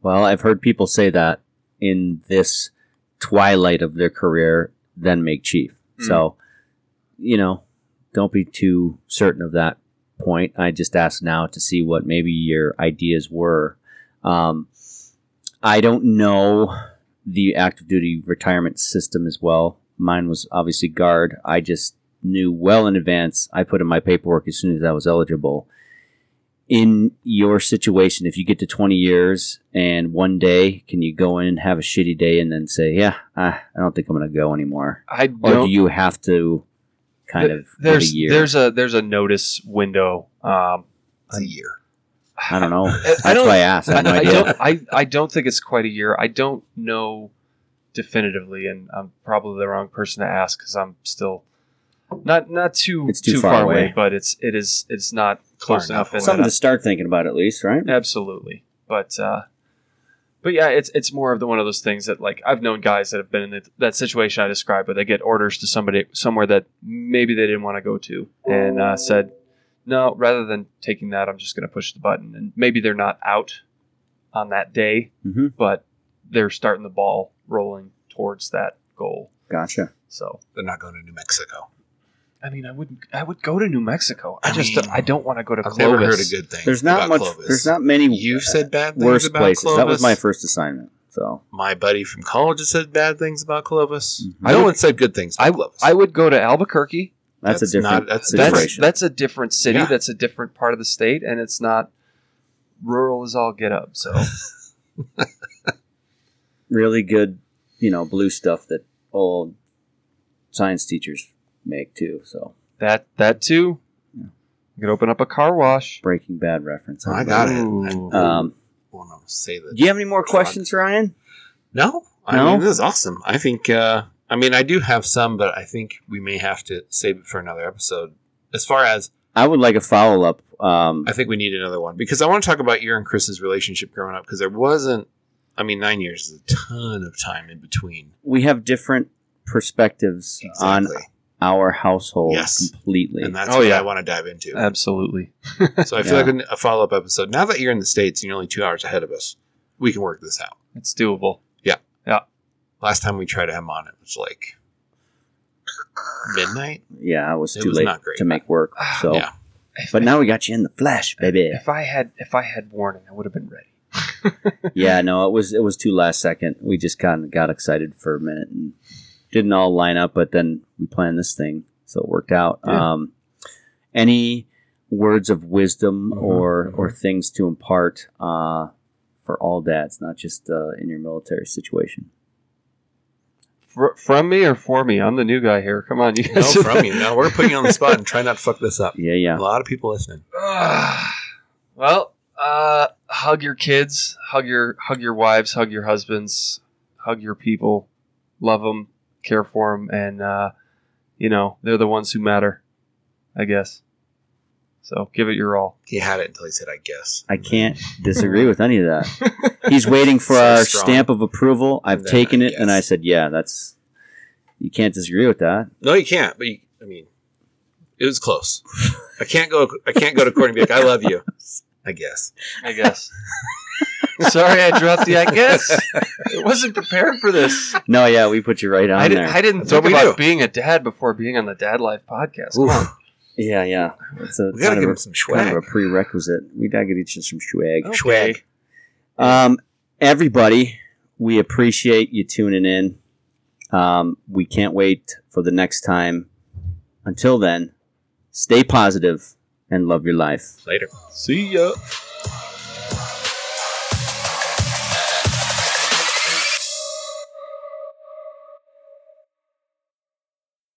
[SPEAKER 1] Well, I've heard people say that in this twilight of their career, then make chief.
[SPEAKER 3] Mm.
[SPEAKER 1] So, you know, don't be too certain of that point. I just asked now to see what maybe your ideas were. Um, I don't know the active duty retirement system as well. Mine was obviously guard. I just knew well in advance. I put in my paperwork as soon as I was eligible in your situation, if you get to 20 years and one day, can you go in and have a shitty day and then say, yeah, I, I don't think I'm going to go anymore?
[SPEAKER 3] i
[SPEAKER 1] Or
[SPEAKER 3] don't
[SPEAKER 1] do you have to kind
[SPEAKER 3] th-
[SPEAKER 1] of give a
[SPEAKER 3] there's
[SPEAKER 1] year?
[SPEAKER 3] there's a there's a notice window um
[SPEAKER 2] It's a year.
[SPEAKER 1] I don't know. That's
[SPEAKER 3] don't-
[SPEAKER 1] why I asked. I have no
[SPEAKER 3] I, I
[SPEAKER 1] idea.
[SPEAKER 3] don't I, I don't think it's quite a year i don't know definitively and i'm probably the wrong person to ask because i'm still not not too
[SPEAKER 1] It's too
[SPEAKER 3] far,
[SPEAKER 1] far
[SPEAKER 3] away.
[SPEAKER 1] away.
[SPEAKER 3] but it's it is it's not close
[SPEAKER 2] Far
[SPEAKER 3] enough,
[SPEAKER 2] enough
[SPEAKER 3] in
[SPEAKER 1] Something
[SPEAKER 3] that
[SPEAKER 1] to start thinking about at least, right?
[SPEAKER 3] Absolutely. But uh, but yeah, it's it's more of the one of those things that like I've known guys that have been in the, that situation I described, where they get orders to somebody somewhere that maybe they didn't want to go to, and uh, said, no, rather than taking that, I'm just going to push the button, and maybe they're not out on that day,
[SPEAKER 1] Mhm.
[SPEAKER 3] but they're starting the ball rolling towards that goal.
[SPEAKER 1] Gotcha.
[SPEAKER 3] So
[SPEAKER 2] They're not going to New Mexico.
[SPEAKER 3] I mean, I wouldn't. I would go to New Mexico. I,
[SPEAKER 2] I
[SPEAKER 3] just.
[SPEAKER 2] mean,
[SPEAKER 3] I don't want to go to
[SPEAKER 2] I've
[SPEAKER 3] Clovis.
[SPEAKER 2] never heard a good thing.
[SPEAKER 1] There's not
[SPEAKER 2] about
[SPEAKER 1] much.
[SPEAKER 2] Clovis.
[SPEAKER 1] There's not many
[SPEAKER 2] You've said bad things
[SPEAKER 1] worse
[SPEAKER 2] about
[SPEAKER 1] places.
[SPEAKER 2] Clovis.
[SPEAKER 1] That was my first assignment. So
[SPEAKER 2] My buddy from college has said bad things about Clovis.
[SPEAKER 1] Mhm.
[SPEAKER 3] I
[SPEAKER 2] No
[SPEAKER 3] would-
[SPEAKER 2] one said good things. About
[SPEAKER 3] I,
[SPEAKER 2] Clovis.
[SPEAKER 3] I would go to Albuquerque.
[SPEAKER 1] that's,
[SPEAKER 2] That's
[SPEAKER 1] a different
[SPEAKER 2] not- that's
[SPEAKER 3] That's
[SPEAKER 1] situation.
[SPEAKER 3] that's a different city.
[SPEAKER 2] Yeah.
[SPEAKER 3] That's a different part of the state, and it's not rural as all get up. So
[SPEAKER 1] really good, you know, blue stuff that old science teachers make too. So
[SPEAKER 3] that that too. You could open up a car wash.
[SPEAKER 1] Breaking Bad reference.
[SPEAKER 2] I got it.
[SPEAKER 3] Ooh.
[SPEAKER 1] Um,
[SPEAKER 2] want to say that.
[SPEAKER 1] do you have any more questions, Ryan?
[SPEAKER 2] No, I
[SPEAKER 1] No?
[SPEAKER 2] mean this is awesome. I think. Uh, I mean, I do have some, but I think we may have to save it for another episode. As far as
[SPEAKER 1] I would like a follow up. Um,
[SPEAKER 2] I think we need another one because I want to talk about your and Chris's relationship growing up because there wasn't. I mean, nine years is a ton of time in between.
[SPEAKER 1] we have different perspectives on our household
[SPEAKER 2] Yes.
[SPEAKER 1] completely.
[SPEAKER 2] and that's
[SPEAKER 3] Oh,
[SPEAKER 2] what
[SPEAKER 3] yeah.
[SPEAKER 2] I want to dive into.
[SPEAKER 3] Absolutely.
[SPEAKER 2] so I feel
[SPEAKER 1] yeah.
[SPEAKER 2] like in a follow up episode. Now that you're in the states and you're only two hours ahead of us, we can work this out.
[SPEAKER 3] It's doable.
[SPEAKER 2] Last time we tried to have him on, it was like midnight.
[SPEAKER 1] yeah, I was
[SPEAKER 2] It
[SPEAKER 1] too
[SPEAKER 2] was
[SPEAKER 1] late
[SPEAKER 2] not great. Ah,
[SPEAKER 1] to make work. So,
[SPEAKER 2] Yeah.
[SPEAKER 3] If-
[SPEAKER 1] but now we got you in the flesh, baby.
[SPEAKER 3] if I had if I had warning, I would have been ready.
[SPEAKER 1] yeah, no, it was it was too last second. We just kind of got excited for a minute and didn't all line up, but then we planned this thing, so it worked out.
[SPEAKER 3] Yeah.
[SPEAKER 1] Um, any words of wisdom
[SPEAKER 2] Mhm,
[SPEAKER 1] or or
[SPEAKER 2] mhm.
[SPEAKER 1] things to impart uh, for all dads, not just uh, in your military situation?
[SPEAKER 3] Fr- from me or for me? I'm the new guy here. Come on, you
[SPEAKER 2] No,
[SPEAKER 3] guys.
[SPEAKER 2] from you. No, we're putting you on the spot and try not to fuck this up.
[SPEAKER 1] Yeah, yeah.
[SPEAKER 2] A lot of people listening.
[SPEAKER 3] well, uh, hug your kids, hug your hug your wives, hug your husbands, hug your people, love them, care for them, and uh, you know they're the ones who matter, I guess. So give it your all.
[SPEAKER 2] He had it until he said, "I guess."
[SPEAKER 1] I can't disagree with any of that. He's waiting for
[SPEAKER 2] So
[SPEAKER 1] our
[SPEAKER 2] strong.
[SPEAKER 1] stamp of approval. I've
[SPEAKER 2] Then,
[SPEAKER 1] taken it, and
[SPEAKER 2] yes.
[SPEAKER 1] I said, "Yeah, that's." You can't disagree with that.
[SPEAKER 2] No, you can't. But you, I mean, it was close. I can't go. I can't go to Courtney and be like, "I love you." I guess.
[SPEAKER 3] I guess. Sorry, I dropped the. I guess I wasn't prepared for this.
[SPEAKER 1] No, yeah, we put you right on
[SPEAKER 3] I
[SPEAKER 1] there.
[SPEAKER 3] didn't. I didn't
[SPEAKER 2] That's
[SPEAKER 3] think
[SPEAKER 2] what we
[SPEAKER 3] about
[SPEAKER 2] do.
[SPEAKER 3] being a dad before being on the Dad Life podcast. Come
[SPEAKER 2] Oof.
[SPEAKER 3] on.
[SPEAKER 1] Yeah, yeah. It's a,
[SPEAKER 2] We gotta
[SPEAKER 1] kind, of
[SPEAKER 2] give him
[SPEAKER 1] a
[SPEAKER 2] some
[SPEAKER 1] kind of a
[SPEAKER 2] swag. Oh,
[SPEAKER 1] prerequisite. We gotta get each other some swag.
[SPEAKER 2] Swag.
[SPEAKER 3] Okay.
[SPEAKER 1] Um, everybody, we appreciate you tuning in. Um, we can't wait for the next time. Until then, stay positive and love your life.
[SPEAKER 2] Later. See ya.